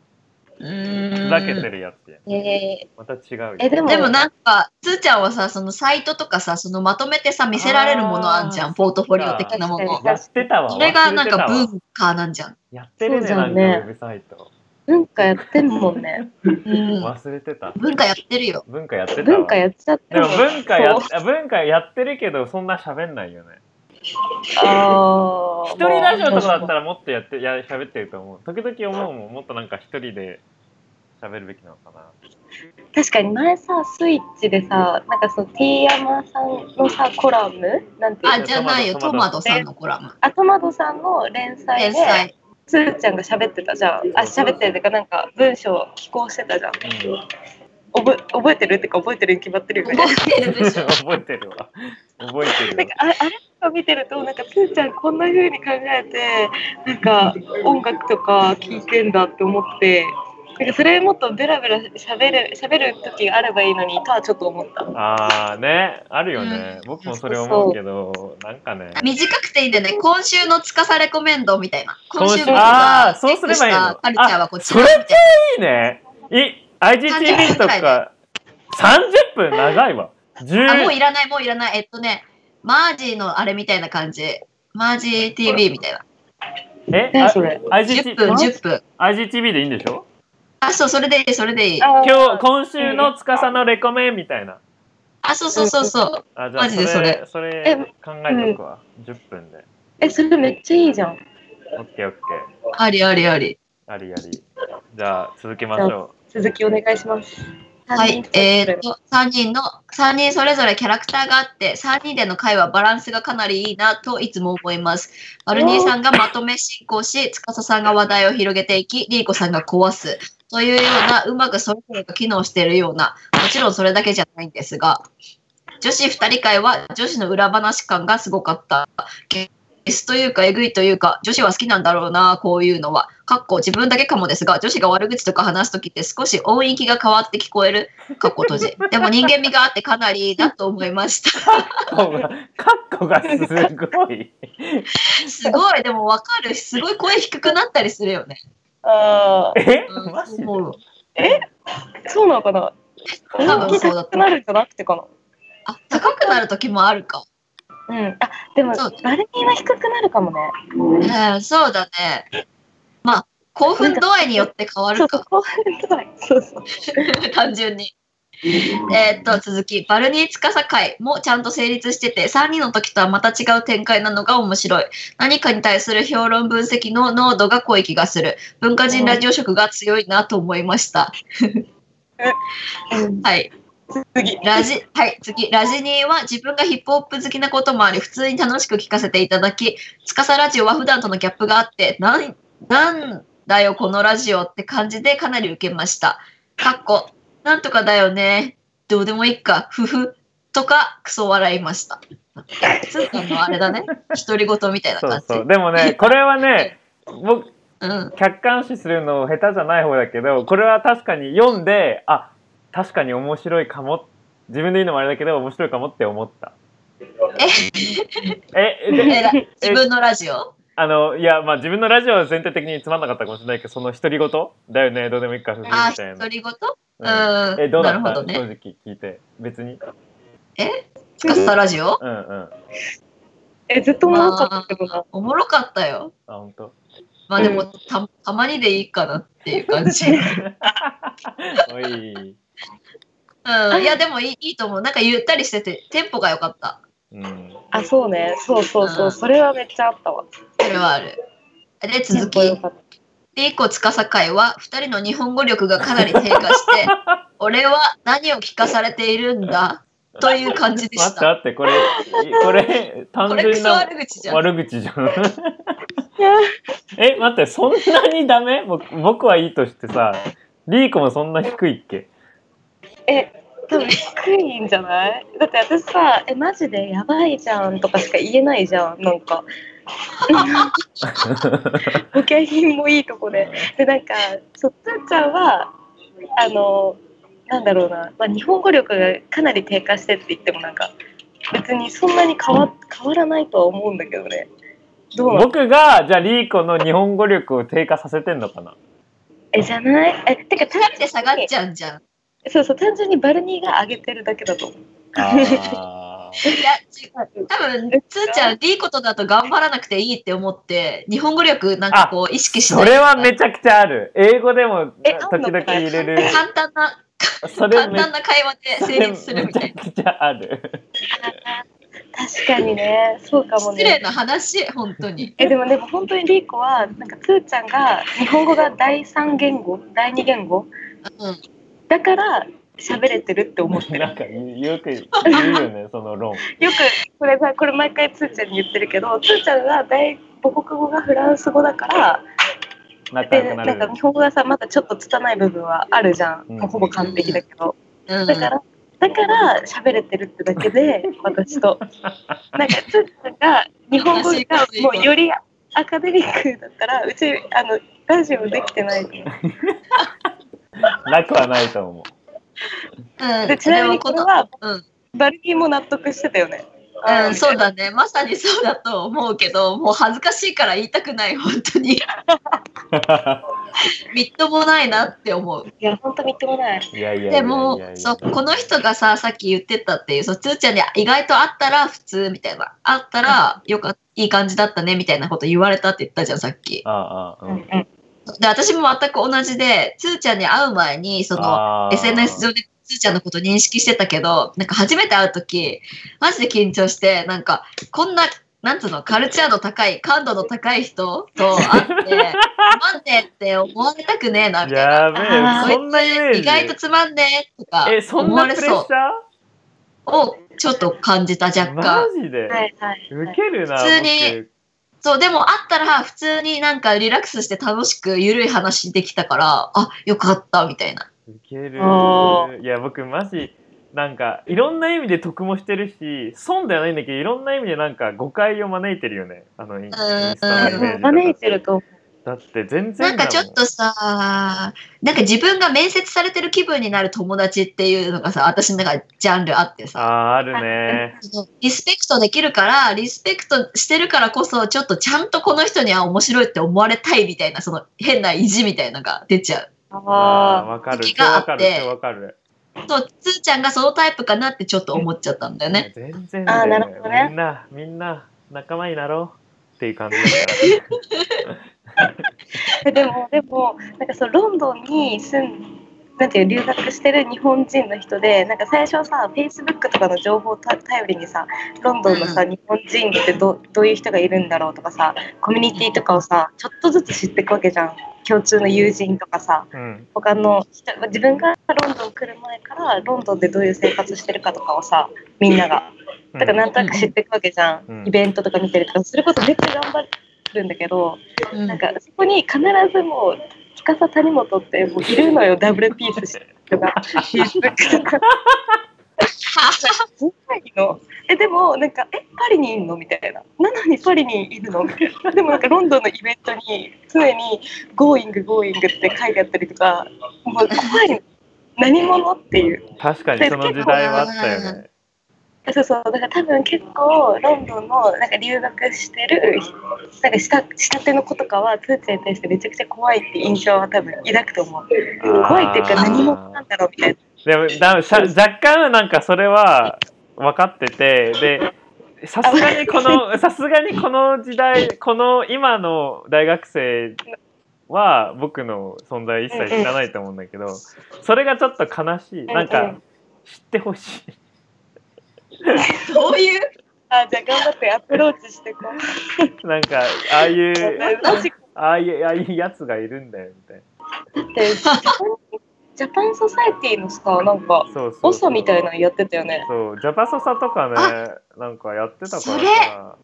S1: う
S3: ふざけて
S1: ーん。
S3: るやつや。
S2: え
S3: また違うよ。
S2: えでも
S1: でもなんか、つーちゃんはさ、そのサイトとかさ、そのまとめてさ、見せられるものあんじゃ
S3: あ
S1: ん、
S3: ー
S1: ポートフォリオ的なも
S2: 確か
S1: の
S2: に。
S3: やってたわ。
S1: それがなんか
S3: 忘れてたわ
S1: 文化なんじゃん。
S3: やってる
S2: そう
S3: ね、
S2: じ
S3: な
S2: ゃ
S3: ん
S2: ん
S3: か
S2: ね
S3: ウェブサイト。
S2: ー、文化やってんもんね。
S1: うん、
S3: 忘れてた。
S1: 文化やってるよ。
S3: 文化やってたわ。
S2: 文化やっちゃって
S3: で
S2: る
S3: も
S2: もん
S3: 文化や
S2: そう
S3: あ文化やってるけどそんな喋んないよね。
S2: あー
S3: 一人ラジオとかだった
S2: ら。
S3: らもっとやってや喋ってると思う。時々思うもん。もっとなんか一人で喋るべきなのかな。
S2: 確かに前さ、スイッチでさ、なんかその T 山さんのさ、コラムなんていう
S1: あ、
S2: の
S1: じゃないよ、
S3: ト
S1: ト
S3: マ
S1: マ
S3: ト
S1: トさんのコラム。
S2: あトマトさんの連載
S1: 連
S2: で、
S1: 載。
S2: つーちゃんが喋ってたじゃん。あ、喋ってるっていうか、なんか文章を寄稿してたじゃん。
S3: うん、
S2: 覚え覚えてるってか覚えてるに決まってるよね。
S1: 覚えてるでしょ。
S3: *laughs* 覚えてるわ。覚えて
S2: なん
S3: る
S2: かああれとか見てるとなんかつーちゃんこんな風に考えてなんか音楽とか聴いてんだって思ってなんかそれもっとベラベラ喋る喋る時があればいいのにとはちょっと思った
S3: わ。あーね、あるよね。僕もそれ思うけど、なんかね。
S1: 短くていいんだよね。今週のつかさレコメンドみたいな。今週僕
S3: ああ
S1: が
S3: ー、そうすればいい
S1: チェックし。た
S3: の
S1: カルチャーはこっちだ
S3: あ
S1: み
S3: そ
S1: たい
S3: れっ
S1: な
S3: ていいね。い、IGTV とか30分長いわ。
S1: あ、もうい
S3: 10
S1: らない、もういらない。えっとね、マージーのあれみたいな感じ。マージー TV みたいな。
S3: え
S2: 何それ
S3: あ IGT
S1: 10分、10分。
S3: IGTV でいいんでしょ
S1: あ、そう、それでいい、それでいい。
S2: あー
S3: 今日、今週の司のレコメンみたいな。
S1: あ、そうそうそうそう。
S3: あ、じゃあ
S1: マジで
S3: そ
S1: そ
S3: れ
S1: れ、
S3: それ考えとくわ。10分で。
S2: えそれめっちゃいいじゃん
S3: オッケーオッケ
S1: ありありあり。
S3: ー。ありあり。じゃあ続けましょ
S2: 続きお願いします
S1: はい。えーっと、3人の、3人それぞれキャラクターがあって、3人での会話バランスがかなりいいなといつも思います。バルニーさんがまとめ進行し、司さんが話題を広げていき、リーコさんが壊す。というような、うまくそれぞれが機能しているような、もちろんそれだけじゃないんですが、女子2人会は女子の裏話感がすごかった。ゲスというか、えぐいというか、女子は好きなんだろうな、こういうのは。かっこ自分だけかもですが、女子が悪口とか話すときって少し音域が変わって聞こえる。かっこ閉じ。でも人間味があってかなりいいなと思いました。
S3: う。カッコがすごい。
S1: すごい、でもわかる。すごい声低くなったりするよね。
S2: あー
S3: *laughs* え
S1: うん
S3: マジで
S1: 思う
S2: そうなのかな
S1: 多
S2: 大
S1: 分
S2: き
S1: そうだ
S2: 高
S1: と
S2: く
S1: 思う
S2: なるんじゃなくてかな
S1: あ、高くなる時もあるか。
S2: うんあでも
S1: そう
S2: バルニーは低くなるかもね
S1: ええそうだね。まあ、興奮度合いによって変わ
S2: そ
S1: る
S2: うそう
S1: か、
S2: 興奮とかそうそう
S1: 単純に。えーっと、続き、バルニー司会もちゃんと成立してて、3人の時とはまた違う展開なのが面白い。何かに対する評論分析の濃度が濃い気がする。文化人ラジオ色が強いなと思いました。
S2: うん
S1: はい。
S2: 次
S1: ラジ、はい、次。ラジニーは自分がヒップホップ好きなこともあり、普通に楽しく聞かせていただき、つかさラジオは普段とのギャップがあって、なん、なんだよ、このラジオって感じでかなり受けました。かっこ、なんとかだよね。どうでもいいか、ふふ、とか、クソ笑いました。つーちゃんのあれだね。独り言みたいな
S3: そ
S1: 感
S3: う
S1: じ。
S3: そう。でもね、これはね、僕、
S1: うん。
S3: 客観視するの下手じゃない方だけどこれは確かに読んであ確かに面白いかも自分で言うのもあれだけど面白いかもって思った *laughs* え
S1: え
S3: で
S1: ら自分のラジオ
S3: あのいやまあ自分のラジオは全体的につまんなかったかもしれないけどその独り言だよねどうでもいいからみ
S1: あ、
S3: たいな
S1: 独り言
S3: う
S1: *laughs*
S3: ん
S1: うん。
S3: えどうだ
S1: なる
S3: っ
S1: ほ
S3: た、
S1: ど
S3: 正
S1: ね。
S3: 直聞いて別に
S1: つかさラジオ
S3: うんうん
S2: えずっと思わなかったけどな
S1: おもろかったよ。
S3: あ本当
S1: まあでも
S2: う
S1: たたまにでいいかなっていう感
S3: *laughs*
S1: じ。
S3: お
S1: う
S3: い、
S1: ん、いやでもいいいいと思う。なんかゆったりしててテンポが良かった。
S3: うん、
S2: あ、そうね。そうそうそうう。
S1: ん
S2: それはめっちゃあったわ。
S1: それはある。で続き
S2: テンポ良かった
S1: リーコ司会は2人の日本語力がかなり低下して
S3: *laughs*
S1: 「俺は何を聞かされているんだ」という感じで
S3: 待
S1: し
S3: って *laughs*
S1: た。
S3: 待ってこれこれ
S1: *laughs*
S3: 単
S1: これク
S3: 純
S1: ソ
S3: な
S1: 悪口じゃん。
S3: 悪口じゃんえ待ってそん *laughs* なにダメ僕僕はいいとしてさリーコもそんな低いっ
S1: *laughs*
S3: け
S2: え、多分低いんじゃないだって私さ、え、マジでやばいじゃんとかしか言えないじゃん。なんか。保険品もいいとこで。で、なんか、そっつーちゃんは、あの、なんだろうな、まあ、日本語力がかなり低下してって言ってもなんか、別にそんなに変わ変わらないとは思うんだけどね。どう
S3: 僕がじゃあリーコの日本語力を低下させてんのかな
S2: え、じゃないえ、てか、単
S1: 2人
S2: 純
S1: で
S2: に
S1: 下がっちゃうんじゃん。
S2: そうそう、単純にバルニーが上げてるだけだと思う。
S3: あー
S1: いや、違う多分、つーちゃん、いいことだと頑張らなくていいって思って、日本語力なんかこう意識し
S3: *laughs* そ
S1: ない。
S3: れはめちゃくちゃある英語でも
S2: え
S3: 時々入れる
S1: 簡単な、
S3: それ
S1: 簡
S3: め
S1: 単な会話で
S3: そ
S1: 成
S3: れ
S1: 立する
S3: め
S1: み
S3: ち
S1: たい
S3: ゃくちゃある
S2: 確かにね、そうか
S1: な。
S2: も
S1: 失礼
S2: ね。
S1: な話、本当に。
S2: え、でもでも本当にリーコは、なんか、つーちゃんが日本語が第三言語、第二言語
S1: うん。
S2: だから喋れてるって思ってる。
S3: *laughs* なんかよく言うよねその論
S2: よくこれさこれ毎回つーちゃんに言ってるけどつーちゃんが大母国語がフランス語だから
S3: 仲
S2: で
S3: 良くな
S2: な
S3: れ
S2: ん
S3: る
S2: か日本語がさまだちょっと拙い部分はあるじゃん、
S3: うん
S2: もうほぼ完璧だけど、
S1: うん。
S2: だからだから喋れてるってだけ *laughs* で私となんかつーちゃんが日本語がもうよりアカデミックだったらうちあのラジオできてないの
S3: なくはないと思う
S1: うん。
S2: でちなみにこれは
S1: うん、
S2: バルニーも納得してたよね、
S1: うん、そうだね。まさにそうだと思うけど、もう恥ずかしいから言いたくない、本当
S3: *laughs*
S1: に。みっともないなって思う。
S2: いや本当みっともない
S3: いやいやいやいや
S1: でも、そう、この人がさ、さっき言ってたっていう、そう、つーちゃんに意外とあったら普通みたいな、あったらよかいい感じだったねみたいなこと言われたって言ったじゃん、さっき。
S3: ああ、
S2: う
S3: うん
S2: うん
S3: ん、
S1: で、私も全く同じで、つーちゃんに会う前に、その、
S3: あー
S1: SNS 上でつーちゃんのこと認識してたけど、なんか初めて会うとき、マジで緊張して、なんか、こんな、なんつうの、カルチャーの高い、感度の高い人と会って、つまんねえって思われたくねえな、みたいな。
S3: やべ
S2: あ
S1: ー
S3: え、そんなイメージ。
S1: 意外とつまんねえとか
S3: え、そん
S1: 思
S3: な
S1: わ
S3: プレ
S1: れ
S3: ッシャ
S1: そうをちょっと感じた若
S3: ーマ
S1: 干。
S3: ジで
S2: はいはい、は
S3: ウ
S2: い、
S3: ケるな、
S1: 普通にそう、でも会ったら普通になんかリラックスして楽しくゆるい話できたから、あ、よかったみたいな。
S3: 僕。ウケる
S2: あ。
S3: いや、僕マジ、なんか、いろんな意味で得もしてるし、損ではないんだけど、いろんな意味でなんか誤解を招いてるよね。あの、インインスタのイメージとか。
S2: 招いてると思う
S3: だって全然だ
S1: な
S3: も
S1: んかちょっとさ、なんか自分が面接されてる気分になる友達っていうのがさ、私の中でジャンルあって
S3: あ
S1: さ、
S3: あ、あるね。
S1: リスペクトできるから、リスペクトしてるからこそ、ちょっとちゃんとこの人には面白いって思われたいみたいな、その変な意地みたいなのが出ちゃう。
S3: ああ、
S2: あ
S3: わかる。
S1: 時
S3: 超
S1: があ
S3: わ
S1: って
S3: かる。超わかる。
S1: そう、つーちゃんがそのタイプかなってちょっと思っちゃったんだよね。
S3: 全然
S2: あー
S3: だよ
S2: なるほどね
S3: みんな、みんな、仲間になろうっていう感じだか
S2: あでもでもなんかそうロンドンに住んなんていう留学してる日本人の人でなんか最初さフェイスブックとかの情報をた頼りにさロンドンのさ、日本人ってどどういう人がいるんだろうとかさコミュニティとかをさちょっとずつ知っていくわけじゃん共通の友人とかさ
S1: *laughs*
S3: ら。うん。
S2: 他の人自分がロンドン来る前からロンドンでどういう生活してるかとかをさみんながだからなんとなく知っていくわけじゃん、
S3: うん
S2: イベントとか見てるとそれこそめっちゃ頑張るんだけど、
S1: うん
S2: なんかそこに必ずもう司谷本ってもういるのよダブルピースしてる
S1: *laughs*
S2: 人が Facebook とかすごいのえでもなんか「えパリにいんの?」みたいな「なのにパリにいるの?」みたいなでもなんかロンドンのイベントに常に「Going Going」って書いてあったりとかもう怖いの何者っていう
S3: 確かにその時代はあったよね。
S2: そうそうだから多分結構ロンドンのなんか留学してるなんかしたしたての子とかはつーちゃんに対してめちゃくちゃ怖いって印象は多分抱くと思う怖いっていうか何もなんだろうみたい
S3: でもだしゃ若干なんかそれは分かっててでさすがにこ
S2: *laughs*
S3: のさすがにこの時代この今の大学生は僕の存在一切知らないと思うんだけどそれがちょっと悲しい
S2: な。
S3: なん
S2: う
S3: か
S2: う
S3: 知ってほしい
S1: どういう *laughs*
S2: あじゃあ頑張ってアプローチしてこ *laughs* う。
S3: なんかああいう
S2: マジか
S3: ああいうああいうやつがいるんだよみたいな
S2: だってジャパンジャパンソサイティのさなんか
S3: そうそう
S2: オサみたいなのやってたよね。
S3: そうジャパソサとかねなんかやってたから
S1: それ
S3: さ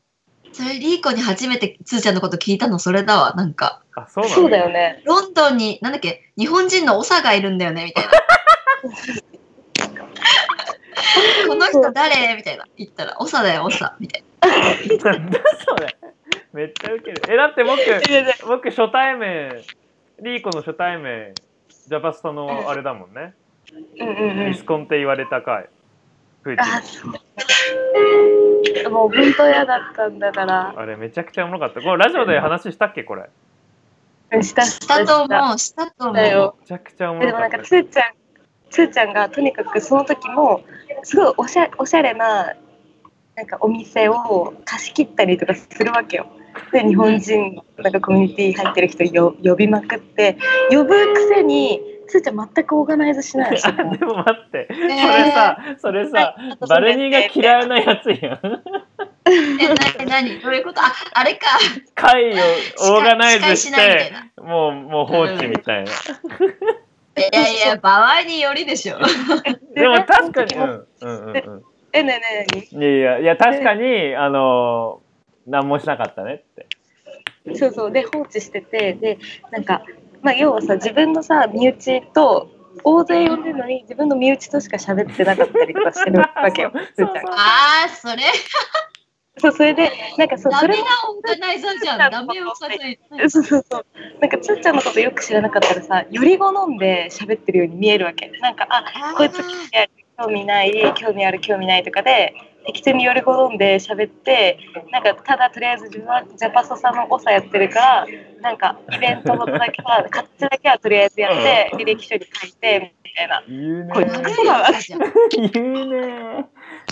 S1: それリーコに初めてつーちゃんのこと聞いたのそれだわなんか
S3: あそうなの
S2: そうだよね。
S1: ロンドンになんだっけ日本人の長がいるんだよねみ
S3: *laughs*
S1: たいなこの人誰みたいな言ったら長だよ長みたい
S3: なんだそれめっちゃウケるえだって僕
S2: いやいや
S3: 僕初対面リーコの初対面ジャパスタのあれだもんね、
S2: うんうんう
S3: ミ
S2: ん
S3: ス。コンって言われた回プーチ
S2: あ
S3: ン
S2: そう。もう本当嫌だったんだから。
S3: あれめちゃくちゃおもろかったこれラジオで話したっけこれ
S2: した
S1: したと思う、したと
S2: だ
S1: 思う。
S2: よ。
S3: めちゃくちゃおも
S2: で
S3: ろ
S2: も
S3: か
S2: なん
S3: っ
S2: か
S3: た
S2: つーちゃん、つーちゃんがとにかくその時もすごいおしゃおしゃれななんかお店を貸し切ったりとかするわけよ。で日本人のなんかコミュニティ入ってる人よ呼びまくって呼ぶくせにつーちゃん全くオーガナイズし
S1: *laughs*
S2: ないのそこ
S3: *laughs* あでも待って
S1: え
S3: *laughs* それ
S1: ー
S3: さそれ
S2: は
S3: さ
S2: いあと
S3: バルニーが嫌い
S2: い
S3: なやつやん *laughs*
S1: え、なになにどういうことあ、あれか。
S3: 会をオーガナイ
S1: 司
S3: ズ
S1: 会司会し
S3: し
S1: ないみ
S3: て
S1: たい
S3: もうもう放置みたいな、
S1: いやいや、場合によりでしょ。
S3: でも確かに、
S2: で
S3: うんうんうん
S2: えねえねえね
S3: うん、いやいやいや確かにあの何もしなかったねって
S2: えそうそうで放置しててでなんか、まあ、要はさ自分のさ身内と大勢呼んでるのに自分の身内としか喋ってなかったりとかしてるわけよつ
S3: *laughs* そう
S2: ーちゃんが
S1: ああ、それ、
S2: そうそれでなんかそう
S1: ダ
S2: それ
S1: メ
S2: も
S1: なオーガナイザーじゃん。ダメオーガナイザー。
S2: そうそうそうなんかつーちゃんのことよく知らなかったらさより好んで喋ってるように見えるわけなんかあ
S1: あー
S2: こいつ興味ある興味ない興味ある興味ないとかで適当により好んで喋ってなんかただとりあえず自分はジャパソさんの誤差やってるからなんかイベントのことだけは形だけはとりあえずやって履歴書に書いてみたいな
S3: 言うね
S2: こいつ
S1: ダメオーガナイザーじゃん。
S3: *laughs* 言うね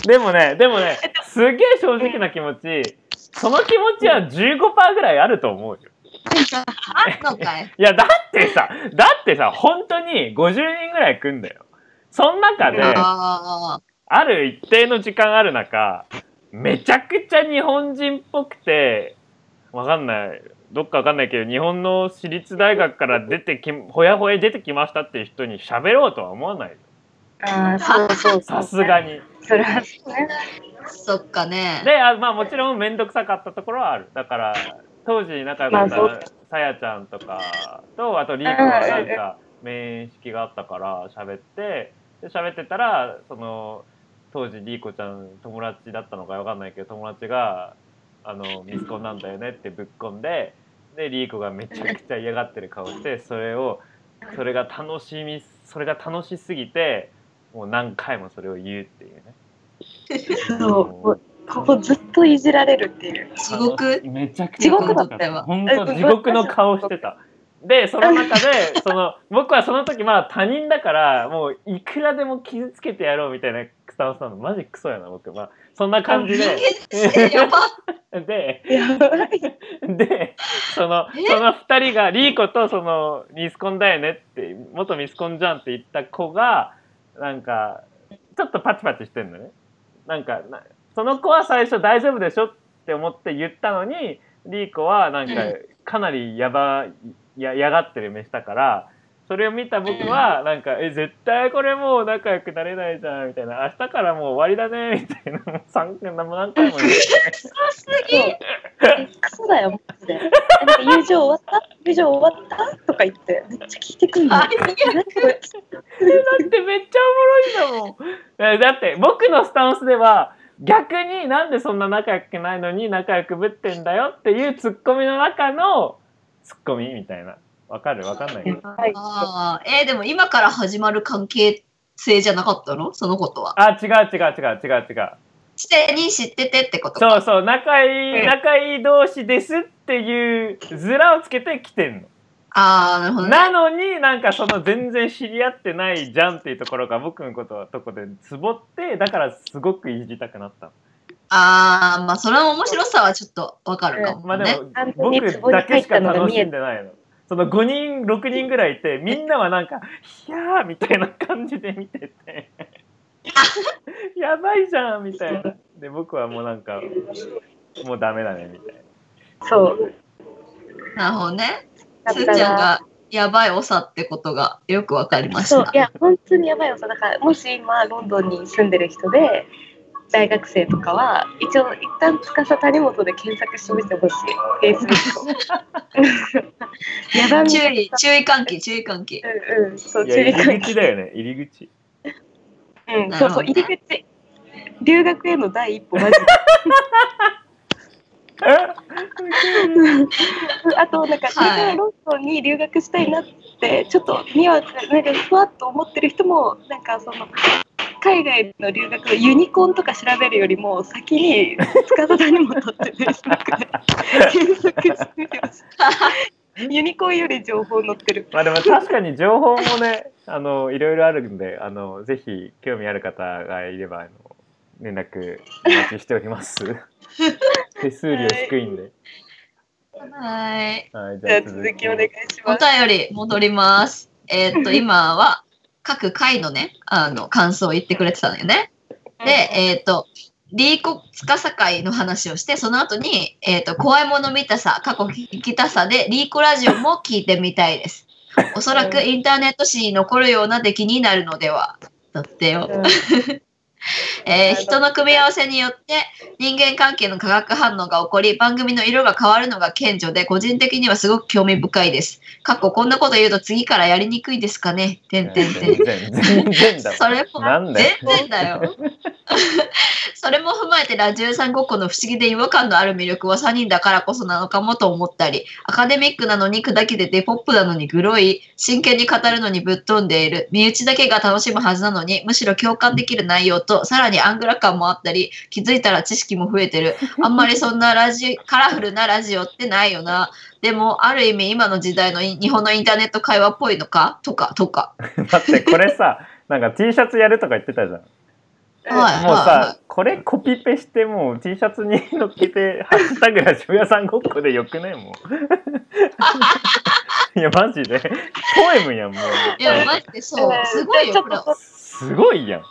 S3: でもねでもねすげえ正直な気持ちその気持ちは15%ぐらいあると思うよ
S1: あんのかい。
S3: いやだってさだってさ本当に50人ぐらい来んだよその中で
S1: あ
S3: ある一定の時間ある中めちゃくちゃ日本人っぽくてわかんないどっかわかんないけど日本の私立大学から出てきほやほや出てきましたっていう人に喋ろうとは思わないよ
S2: あーそうそうそう
S3: さすがに。
S2: それはそうね
S1: あ、そっかね。
S3: であまあもちろん面倒くさかったところはあるだから当時仲良かっ
S2: まあそう
S3: たさやちゃんとかとあとリーコはなんか面識があったから喋ってで喋ってたらその当時リーコちゃん友達だったのかわかんないけど友達が「あのミスコンなんだよね」ってぶっ込んででリーコがめちゃくちゃ嫌がってる顔してそれをそれが楽しみそれが楽しすぎてもう何回もそれを言うっていうね。
S2: そうもうここずっといじられるっていう
S1: 地獄
S3: あのめちゃくちゃ
S2: 地獄だ
S1: ったよ
S3: 本当地獄の顔してた。でその中で *laughs* その僕はその時まあ他人だからもういくらでも傷つけてやろうみたいなスタンスなのマジクソやな僕まあそんな感じ
S1: 人間
S3: で
S1: としてやば
S3: *laughs* で
S2: やばい
S3: *laughs* でその
S1: え
S3: その2人がリーコとそのミスコンだよねって元ミスコンじゃんって言った子がなんかちょっとパチパチしてんのねなんかなその子は最初大丈夫でしょって思って言ったのにリーコはなんか
S1: うん
S3: かなりやばややがってる目したからそれを見た僕はなんか「え絶対これもう仲良くなれないじゃん」みたいな「明日からもう終わりだね」みたいなもう三何回も言って
S1: すぎ
S2: そうえクソだよ、マジで。えなんか友情終わった友情終わったとか言って、めっちゃ聞いてくんの。
S1: あ
S2: なんかこれ
S3: だってめっちゃおもろいんだもん。だって僕のスタンスでは逆になんでそんな仲良くないのに仲良くぶってんだよっていうツッコミの中のツッコミみたいな。わかるわかんないけど。
S2: はい
S1: あーえーでも今から始まる関係性じゃなかったのそのことは。
S3: あ、違う違う違う違う違う。
S1: 既に知っててってことか。
S3: そうそう、仲いい、仲いい同士ですっていうズラをつけてきてんの。
S1: ああ、なるほどね。
S3: なのになんかその全然知り合ってないじゃんっていうところが僕のことはとこでツボって、だからすごくいじりたくなったの。
S1: ああ、まあそれは面白さはちょっとわかるかも
S3: まあで
S1: ね。
S3: も
S2: あんたに壺
S3: 僕
S2: に
S3: だけ
S2: 入っ
S3: しか
S2: たのが
S3: 楽
S2: 見え
S3: しん
S2: る
S3: でないの。その5人6人ぐらいいてみんなはなんか「いやー」みたいな感じで見て
S2: *laughs*
S3: て「やばいじゃん」みたいな。で僕はもうなんか「もうダメだね」みたいな。
S2: そう。
S1: なるほどね。
S2: だ
S1: す
S2: った
S1: ー
S2: ら
S1: ちゃんがやばい長ってことがよくわかりまし
S2: そう
S1: た。
S2: いや本当にやばいよだからもし今ロンドンに住んでる人で大学生とかは一応一旦つかさ谷本で検索してみてほしい Facebook をやばみ
S1: 注意、注意喚起、注意喚起。
S2: うんうんそう
S3: い
S2: 注
S3: や
S2: 意
S3: 入
S2: 喚
S3: り
S2: 起
S3: 口だよね入り口。
S2: うんそうそう入り口留学への第一歩マジで *laughs* あとなんか、
S1: はい
S2: 自分はロンドンに留学したいなってちょっとにわなんかふわっと思ってる人もなんかその海外の留学ユニコーンとか調べるよりも先に塚田さんにも取っててなんか検索してみてほしい *laughs* ユニコーンより情報載ってる
S3: まあでも確かに情報もねあのいろいろあるんであのぜひ興味ある方がいればあの連絡お待ちしております
S2: *laughs*
S3: 手数料低いんで、
S1: はい。
S3: はい、
S2: じゃあ続きお願いし
S1: お
S2: ます
S1: 便り戻ります。えーっと、今は各回のね、あの、感想を言ってくれてたのよね。で、えーっと、リーコ司会の話をして、その後に、えーっと、怖いもの見たさ、過去聞きたさで、リーコラジオも聞いてみたいです。おそらくインターネット誌に残るような出来になるのでは。だってよ。
S2: うん
S1: えー人の組み合わせによって人間関係の化学反応が起こり番組の色が変わるのが顕著で個人的にはすごく興味深いです。かっここんなこと言うと次からやりにくいですかね。てんてんてん。
S3: 全然全然だ *laughs*
S1: それも
S3: なんだよ
S1: 全然だ
S3: *laughs*
S1: よ。それも踏まえてラジオさんごっこの不思議で違和感のある魅力は3人だからこそなのかもと思ったり、アカデミックなのに砕けててポップなのにグロい、真剣に語るのにぶっ飛んでいる、身内だけが楽しむはずなのに、むしろ共感できる内容と、さらにアングラ感もあったり、気づいたら知識も増えてる、あんまりそんなラジ、カラフルなラジオってないよな。でも、ある意味今の時代のい日本のインターネット会話っぽいのかとか、とか。
S3: だってこれさなんか T シャツやるとか言ってたじゃん
S1: はい
S3: もう
S1: はいは
S3: さこれコピペしてもう T シャツに乗っけて「ハッシュタグラジオ屋さんごっこ」でよくないも *laughs* ういやマジでポエムやんもう
S1: いや、マジで
S2: *laughs*
S1: そう。すごい
S2: ち
S1: よ、
S2: ょ
S1: こ
S2: っ
S1: れ。
S2: と
S3: すごいやん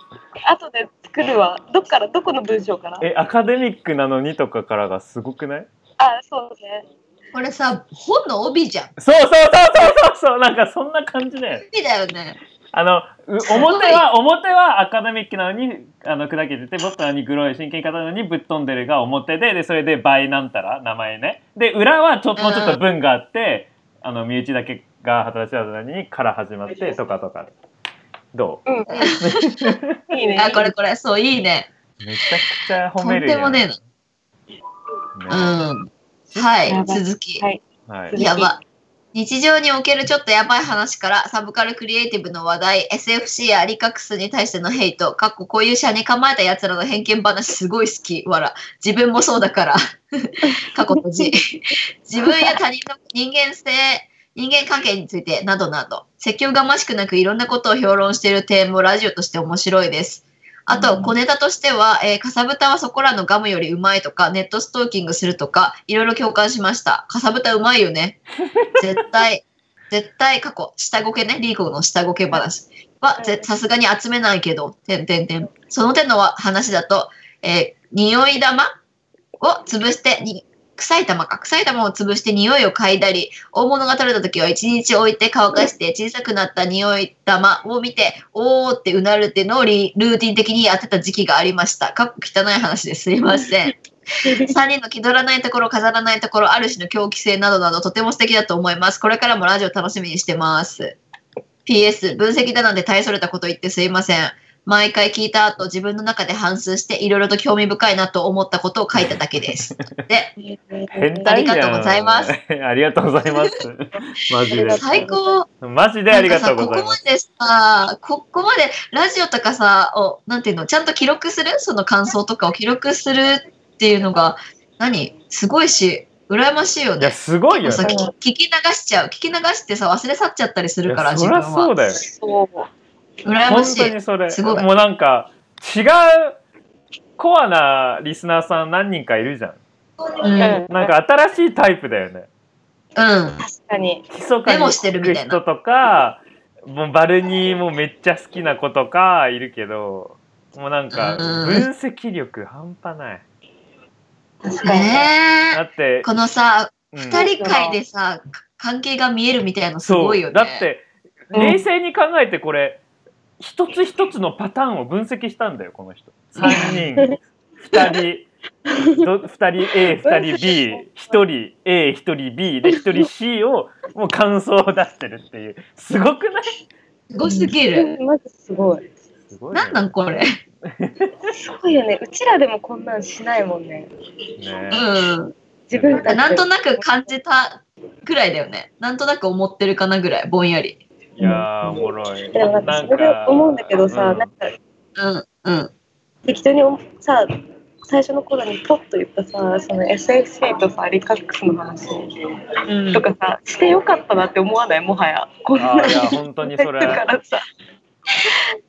S2: 後で作るわどっからどこの文章から
S3: えアカデミックなのにとかからがすごくない
S2: あそうね
S1: これさ、本の帯じゃん。
S3: そうそうそうそうそうそうなんかそんな感じだよ
S1: 帯だよね。
S3: あのう
S1: すごい
S3: 表は表はアカデミックなのにあの砕けててボットなのにグロい真剣型なのにぶっ飛んでるが表ででそれで倍なんたら名前ねで裏はちょっともうちょっと文があって、あの身内だけが働き合うのにから始まってとかとかど
S2: うん *laughs* いいね
S1: あ、これこれ、そう、いいね。
S3: うめちゃくちゃ
S1: と
S3: 褒め
S1: ん
S3: るや
S1: で
S3: ん
S1: もねえな。うん。はい、続き。
S2: はい
S3: うんはい
S2: 続き
S1: やば。日常におけるちょっとやばい話からサブカルクリエイティブの話題 SFC やアリカクスに対してのヘイトかっここういう社に構えたやつらの偏見話すごい好きわら自分もそうだ
S2: *laughs*
S1: から過去閉じ自分や他人の人間性人間関係についてなどなど説教がましくなくいろんなことを評論している点もラジオとして面白いですあと、小ネタとしては、えーかさぶたはそこらのガムよりうまいとか、ネットストーキングするとか、いろいろ共感しました。かさぶたうまいよね。絶対、絶対過去、下ごけね、リーコの下ごけ話は、ぜさすがに集めないけど、てんてんてん。その手の話だと、えー匂い玉を潰して、に臭い玉か、臭い玉を潰して匂いを嗅いだり、大物が取れた時は一日置いて乾かして小さくなった匂い玉を見て、おーってうなるっていうのをリルーティン的にやってた時期がありました。かっこ汚い話ですいません。3人の
S2: *laughs*
S1: 気取らないところ飾らないところある種の狂気性などなどとても素敵だと思いますこれからもラジオ楽しみにしてます PS 分析だなんて大それたこと言ってすいません毎回聞いた後自分の中で反芻していろいろと興味深いなと思ったことを書いただけですで
S3: 変態じゃん
S1: ありがとうございます
S3: *laughs* ありがとうござい
S1: *laughs*
S3: ますマジで
S1: 最高
S3: マジであ
S1: なん
S3: り
S1: か
S3: が
S1: さ
S3: とう
S1: こ
S3: ご
S1: こ
S3: ざいま
S1: ますでさここまでラジオとかさをなんていうのちゃんと記録するその感想とかを記録するっていうのが何すごいし羨ましいよ
S3: いや
S1: ね
S3: すごいよね
S1: さ
S2: う
S1: 聞
S2: ん
S1: き聞き流しちゃう聞き流してさ忘れ去っちゃったりす
S3: い
S1: るから
S3: や
S1: 自
S3: そ
S1: 分
S3: りゃそう
S1: は
S3: だよ
S2: そう
S1: 羨ま
S3: 本
S1: し
S3: 当
S1: い
S3: にそれ
S1: すごい
S3: もうなんか違うコアなリスナーさん何人かいるじゃん
S1: うん
S2: うん
S3: なんか新しいタイプだよ
S1: う
S3: ね
S1: ん
S2: 確かに
S3: 密か
S1: メ
S3: に
S1: モしてる
S3: 聞く
S1: みたいな
S3: 人とかもうバルニーもめっちゃ好きな子とかいるけどもうなんか
S1: うん
S3: 分析力半端ない
S2: 確かに、
S1: ね
S3: だ
S1: え
S3: って
S1: このさ
S3: うん
S1: 二人会でさか関係が見えるみたいなのす
S3: そ
S1: ごいよ
S3: う
S1: ね
S3: だって
S2: うん
S3: 冷静に考えてこれ一つ一つのパターンを分析したんだよこの人3人2人ど2人 A2 人 B1 人 A1 人 B で1人 C をもう感想を出してるっていうすごくない
S1: すごすぎる
S2: うんマジすごい
S3: すごいね
S1: なんなんこれ
S2: すごいよねうちらでもこんなんしないもんね
S1: う
S3: ね
S1: ん
S2: 自分たちで
S1: なんとなく感じたくらいだよね。なんとなく思ってるかなぐらい、ぼんやり。
S3: いやーおもろい
S2: でもなんかそれで思うんだけどさ、
S3: うん
S2: なんか
S1: うんうん
S2: 適当にさ最初の頃にポッと言ったさその SFC とさリカックスの話
S1: うん
S2: とかさしてよかったなって思わないもはやこん
S3: あ
S2: な
S3: ーいや
S2: に
S3: 本当にそれ
S2: だ *laughs* からさ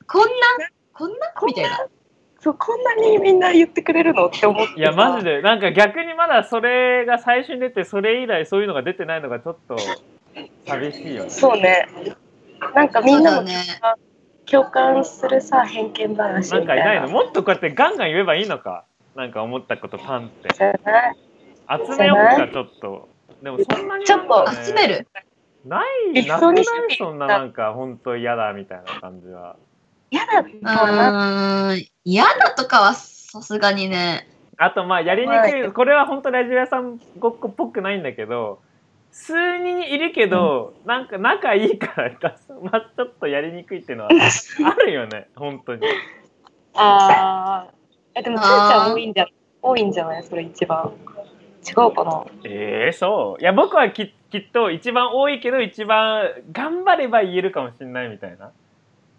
S1: こんなこんなみたいな
S2: そうこんなにみんな言ってくれるのって思って
S3: いやマジ
S2: で
S3: でなんか逆にまだそれが最初に出てそれ以来そういうのが出てないのがちょっと寂しいよね
S2: そうねなんかみ
S1: そうんだ
S2: なも
S1: ね
S2: 共感するさ偏見話
S3: *laughs* なん
S2: みた
S3: か
S2: い
S3: いない
S2: な
S3: のもっとこうやってガンガン言えばいいのかなんか思ったことパンって
S2: じゃない
S3: 集めようかちょっとでもそんなになんかね
S1: 集める
S3: ないなくないそんななんか本当嫌だみたいな感じは
S2: 嫌だっ
S1: う
S2: たな
S1: ーん嫌だとかはさすがにね
S3: あとまあやりに
S2: は
S3: くいこれは本当ラジオ屋さんごっこっぽくないんだけど数人いるけど、なんか仲いいからだすまあちょっとやりにくいっていう *laughs* のはあるよね本当に
S2: あーえでもつーちゃ
S1: あー
S2: ん多いんじゃ多いんじゃないそれ一番違うかな
S3: えー、そういや僕はききっと一番多いけど一番頑張れば言えるかもしれないみたいな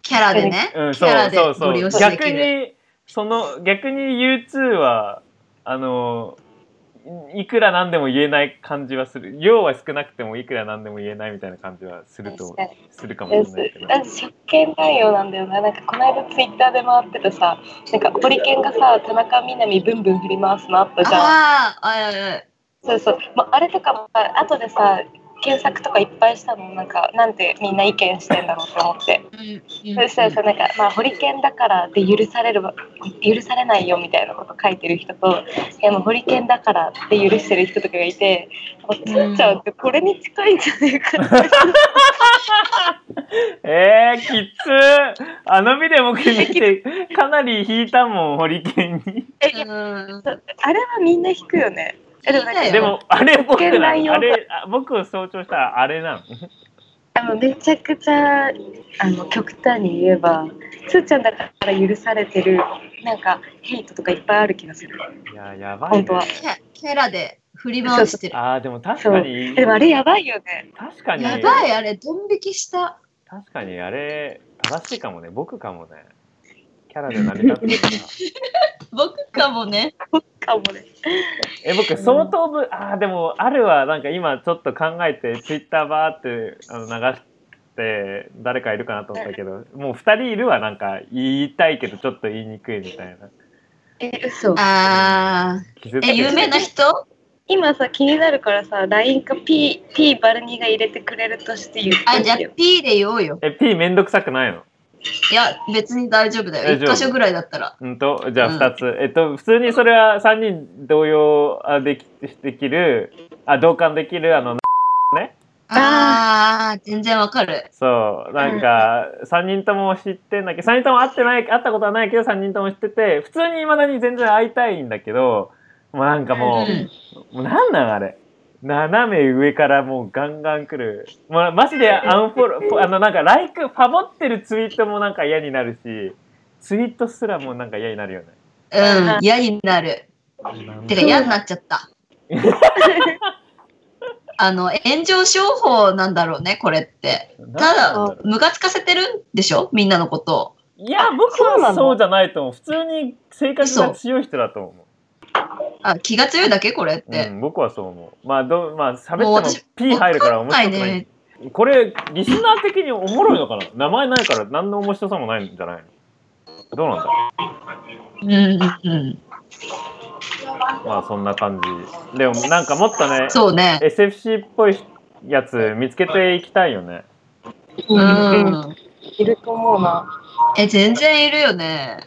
S1: キャラでね、
S3: うん、
S1: キャ
S3: そ
S1: ラ
S3: う
S1: で
S3: そうそ
S1: ご利用
S3: う
S1: しで
S3: 逆
S1: きる
S3: にその逆に U2 はあのいいくらなんでも言えない感じはする量は少なくてもいくらなんでも言えないみたいな感じはすると
S2: 確かに
S3: するかも
S2: で
S3: し
S2: す
S3: れないけど
S2: なんか職権内容なんだよな、なんかこの間ツイッターで回ってたさ、なんかポリケンがさ、田中みな実ブンブン振り回すのあったじゃん。
S1: ああーあいやいや
S2: そうそう、まあ、あれとかも、あとでさ、検索とかいっぱいしたの、なんか、なんてみんな意見してんだろうと思って。
S1: うん
S2: そしたらさ、なんか、まあ、ホリケンだからで許されるわ、許されないよみたいなこと書いてる人と、いや、もうホリケンだからって許してる人とかがいて、あつーちゃんってこれに近いんじゃないかな。
S3: えー、きっつーあのビデオ僕見てかなり引いたもんホリケンに
S1: うん
S2: あれはみんな引くよね。えでもなんか
S1: 引いたよ
S3: でもあれ僕
S2: ホ
S3: なの
S2: リケン内容
S3: あれあ僕を象徴したらあれなの
S2: あのめちゃくちゃあの極端に言えばつーちゃんだから許されてるなんかヘイトとかいっぱいある気がする
S3: いややばいね
S2: 本当は
S1: キャキャラで振り回してる
S3: あーでも確かに
S2: でもあれやばいよね
S3: 確かに
S1: やばいあれドン引きした
S3: 確かにあれ正しいかもね僕かもねキャラで成り立ってるから
S1: 僕かもね
S2: かもね
S3: え僕相当ぶあーでもあるはなんか今ちょっと考えてツイッターバーってあの流して誰かいるかなと思ったけどもう2人いるわなんか言いたいけどちょっと言いにくいみたいな
S2: え嘘
S1: ああ
S3: 傷つけ
S1: え
S3: て
S1: 有名な人
S2: 今さ気になるからさ LINE か P, P バルニーが入れてくれるとして言って
S1: あじゃあ P で言おうよ
S3: え P めんどくさくないの
S1: いや別に大丈夫だよ
S3: 大丈夫
S1: 一箇所ぐらいだったら
S3: うんとじゃあ
S1: うん
S3: 2つ、えっと普通にそれは3人同様あできできるあ同感できるあ
S1: あ
S3: の
S1: あ全然わかる
S3: そう、なんか、三人とも知ってんだけど、三人とも会ってない、会ったことはないけど、三人とも知ってて、普通に未だに全然会いたいんだけど、もうなんかも
S1: うん
S3: う、もうなんなんあれ。斜め上からもうガンガン来る。もうマジでアンフォロー、
S1: *laughs*
S3: あのなんか、ライク、ファボってるツイートもなんか嫌になるし、ツイートすらもうなんか嫌になるよね。
S1: うん嫌になる
S3: なん
S1: て
S3: で
S1: か嫌になっちゃ
S3: *laughs*
S1: ったあの炎上商法なんだろうねこれって
S3: なん
S1: た
S3: なん
S1: だ
S3: ろう
S1: ムカつかせてるんでしょみんなのことを
S3: いや、僕
S2: そうな
S3: は
S2: の
S3: そうじゃないと思う。普通に性格が強い人だと思う。
S1: あ気が強いだけこれっ
S3: う
S1: て、
S3: ん、僕はそう思う。まあ、どうまあ、喋
S1: もう
S3: って
S1: 私
S3: も P 入るから面
S1: 今回
S3: 白くない。
S1: ね
S3: これ、リスナー的におもろいのかな名前ないから何の面白さもないんじゃないのどうなんだろ
S1: うんうんうん
S3: うまあ、そんな感じ。でも、なんかもっとね、
S1: そうね
S3: SFC っぽいやつ見つけていきたいよね。
S1: う
S2: うん
S1: ん
S2: いると思うな
S1: え全然いるよね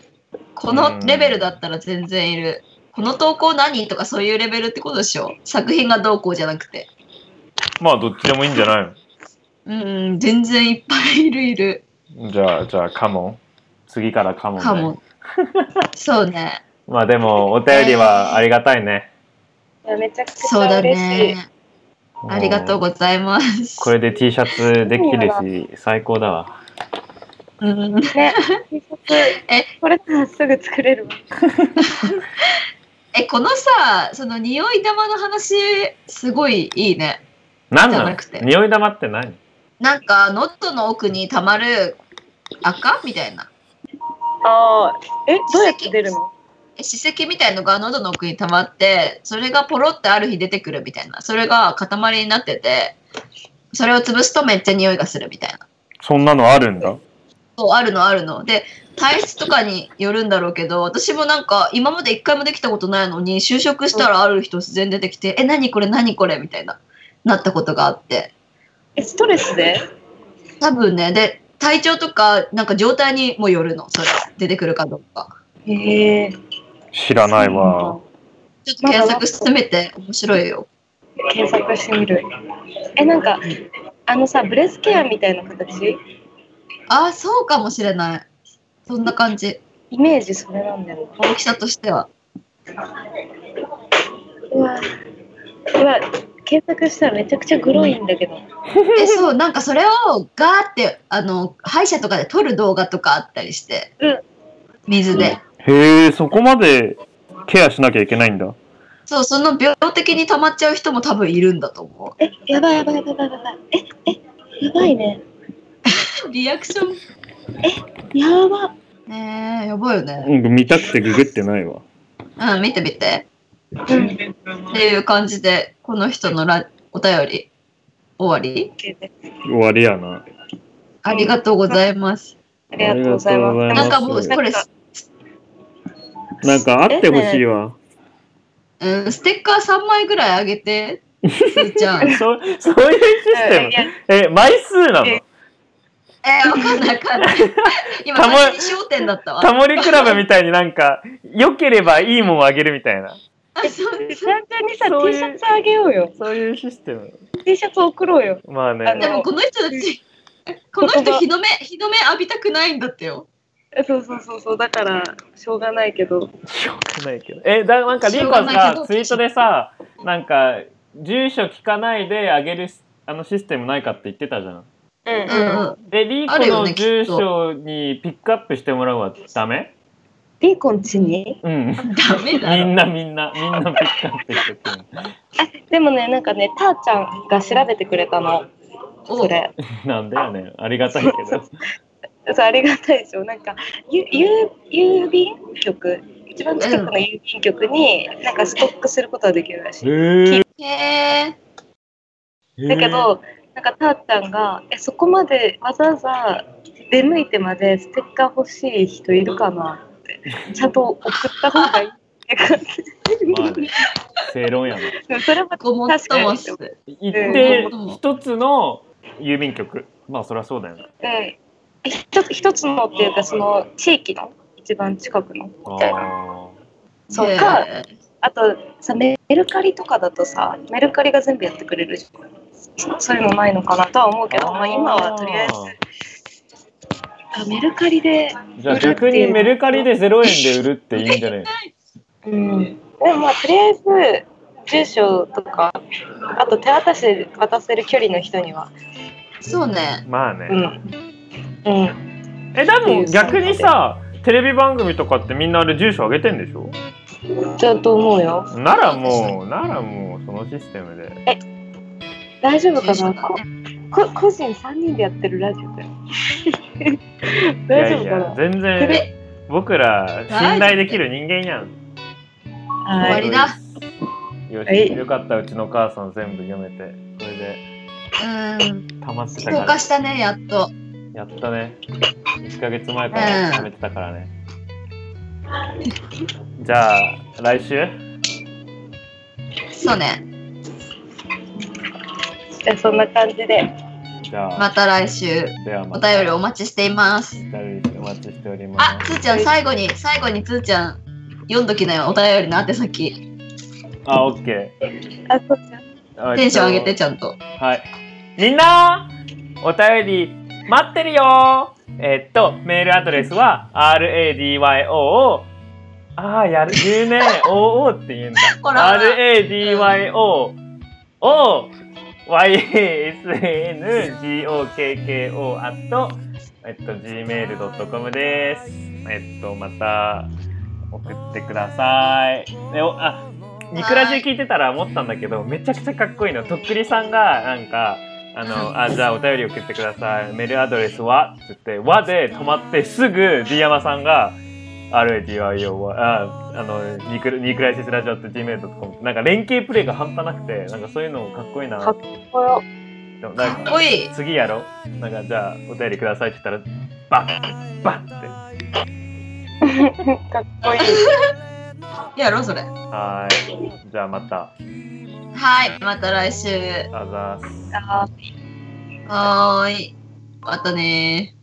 S1: このレベルだったら全然いるこの投稿何とかそういうレベルってことでしょ作品がどうこうじゃなくて
S3: まあ、どっちでもいいんじゃない
S1: うんうん全然いっぱいいるいる
S3: のじゃあ、じゃあ、カモン。次からカモン、ね。
S1: かもそうね
S3: まあ、でも、お便りはありがたいね。
S2: いやめちゃくち
S1: そう
S2: ゃ
S1: だ
S2: 嬉しい、
S1: ねありがとうございます
S3: これで T シャツできるし、最高だわ。
S1: うん
S2: ね T シャツ
S1: え
S2: これならすぐ作れるわ
S1: えこのさその匂い玉の話すごいいいね
S3: なん
S1: じゃ
S3: な
S1: な
S3: の
S1: くて
S3: 匂い玉って何
S1: なんか喉の奥にたまる赤みたいな
S2: ああ、え、どうやって出るの
S1: 歯石みたいのが喉の奥に溜まってそれがポロってある日出てくるみたいなそれが塊になっててそれを潰すとめっちゃ匂いがするみたいな
S3: そんなのあるんだ。
S1: そうあるのあるので体質とかによるんだろうけど私もなんか今まで一回もできたことないのに就職したらある日突然出てきて「え何これ何これ」みたいななったことがあって
S2: え、ストレスで
S1: 多分ねで体調とかなんか状態にもよるのそれ出てくるかどうか
S2: へえ。
S3: 知らないわ。
S1: ちょっと検索してみて面白いよ
S2: 検索してみる。え、なんか、あのさ、ブレスケアみたいな形
S1: ああそうかもしれないそんな感じ
S2: イメージそれなんだよ
S1: 大きさとしては
S2: な。うわ、うわ、検索したらめちゃくちゃグロいんだけど。
S1: えそうなんかそれをガーってあの歯医者とかで撮る動画とかあったりして、
S2: うん
S1: 水で
S3: へえ、そこまでケアしなきゃいけないんだ。
S1: そうその病的に溜まっちゃう人も多分いるんだと思
S2: え、やばいやばいやばいやばいやばい。え、え、やばいね。
S1: うリアクショ
S2: やば。
S1: ンねえやばいよね
S3: うん見たくてググってないわ。
S1: うん見て見て
S2: うん。
S1: っていう感じでこの人のラお便り終わり
S3: 終わりやな。
S1: ありがとうございます
S2: ありがとうございます。
S3: ありが
S1: なんか
S3: とう
S1: も
S3: ご
S1: う
S3: ざい
S1: これ
S3: なんかあってほしいわ。
S1: うん、ステッカー3枚ぐらいあげて、すーち *laughs* ゃん。え
S3: *laughs* そうそういうシステム
S2: いや
S3: え、枚数なの
S2: え
S1: ー、わかんないわかん *laughs* ない。今、
S3: たま
S1: 完全に焦点だったわ。
S3: タモリクラブみたいにな
S1: *laughs*
S3: んか、良ければいいもんあげるみたいな。
S1: あそう
S2: ちゃんちゃんにさ、
S3: そう
S2: T
S3: いう
S2: シャツあげようよ。
S3: そういうシステム。
S2: T シャツ送ろうよ。
S3: まあ
S2: あ
S1: で
S3: ね。
S1: もこの人たち、この
S2: 言
S1: 人
S2: 葉
S1: 日の目、日の目浴びたくないんだってよ。
S2: そうそうそうそう、だから、しょうがないけど。
S3: しょうがないけど。え、だなんかリンコは
S1: しょうがないけ
S3: さ
S1: ど、
S3: ツイートでさ、なんか、住所聞かないであげるしあのシステムないかって言ってたじゃん。
S2: うんう
S1: うんうん。
S3: で、リンコ
S1: あるよ
S3: の
S1: ねきっと
S3: 住所にピックアップしてもらうはダメ
S2: リンコンちに
S3: うん。
S1: ダメだ
S3: み
S1: ろ。
S3: んなみんな、みんなピックアップしてくる。
S2: でもね、なんかね、たーちゃんが調べてくれたの、
S1: お
S2: そうれ。
S3: なんだよね。ありがたいけど。
S2: *laughs* そう、ありがたいでしょ。なんか、ゆゆ郵便局、一番近くの郵便局に、なんかストックすることはできるらしい。
S3: へ
S1: へえ。
S3: え。
S2: だけど、なんかたーちゃんが、え、そこまでわざわざ出向いてまでステッカー欲しい人いるかなって、ちゃんと送った方がいいって感
S3: まあね、正論やな。
S2: じ。 *laughs* それは
S1: ごもっともっす。
S3: 行って、一つの郵便局。まあ、そりゃそうだよね。
S2: うん、一つ一つのっていうかその地域の一番近くのみたいな
S3: あ
S2: そう
S1: へ
S2: か
S1: え
S2: あとさメルカリとかだとさメルカリが全部やってくれるじゃんそういうのないのかなとは思うけどまあ、今はとりあえずあメルカリで、
S3: ーじゃあ逆にメルカリで0円で売るっていいんじゃね
S2: うん、でもまあとりあえず住所とかあと手渡しで渡せる距離の人には
S1: そうね。
S3: まあ
S2: う
S3: ね。
S2: んうん
S3: え、でも逆にさ、テレビ番組とかってみんなあれ住所あげてんでしょ
S2: だと思うよ
S3: ならもう、ならもうそのシステムで。
S2: 大丈夫か
S1: 住所
S2: な
S1: がね
S2: こ個人3人でやってるラジオだよ。
S3: い
S2: 大
S3: や
S2: 丈夫か
S3: いや、
S2: な
S3: 全
S1: テ
S3: 然
S1: レ
S3: 僕ら信頼できる人間やん。
S1: 終わ
S2: は
S1: り
S2: い。
S1: だ
S3: よ
S2: は
S3: し、
S2: い
S3: よかった、うちのお母さん全部読めて。これで
S1: うん。
S3: 溜まってた
S1: 消
S3: か
S1: 化
S3: ら。
S1: したね、やっと。
S3: やったね。1ヶ月前から貯めてたからね。じゃあ、来週
S1: そうね。
S2: じゃあそんな感じで。
S3: じゃあ、
S1: また来週。
S3: では
S1: お
S3: また。
S1: 便りお待ちしています。
S3: お便りお待ちしておりま
S1: あ、
S3: す。
S1: つーちゃん、最後に、最後につーちゃん、読んどきなよ、お便りの宛先。
S3: あ、オッケ
S2: あ、そうじゃん。
S3: ー。
S1: テンション上げて、ちゃんと。
S3: はい。みんなお便り待ってるよえっと、メールアドレスは radyo ああ、やる、言うね。oo って言うんだ。
S1: ほら
S3: radyo を yasangokko at えっと、gmail.com です。えっと、また送ってください。でおあニクラジ聞いてたら思ったんだけどめちゃくちゃかっこいいのとっくりさんがなんかあのあじゃあお便り送ってくださいメールアドレスはって言って「わ」で止まってすぐ D 山さんが「RADIO」ああのニクニクライシスラジオって gmail.com なんか連携プレイが半端なくてなんかそういうのかっこいいな
S2: かっこよ
S3: でもなん
S1: かっこいい。
S3: 次やろうなんかじゃあお便りくださいって言ったらバッバッって
S2: かっこいい。
S1: やろ、それ。
S3: はーいじゃあまた
S1: はい、また来週。
S3: あざーす
S2: あー
S1: はーい。またねー。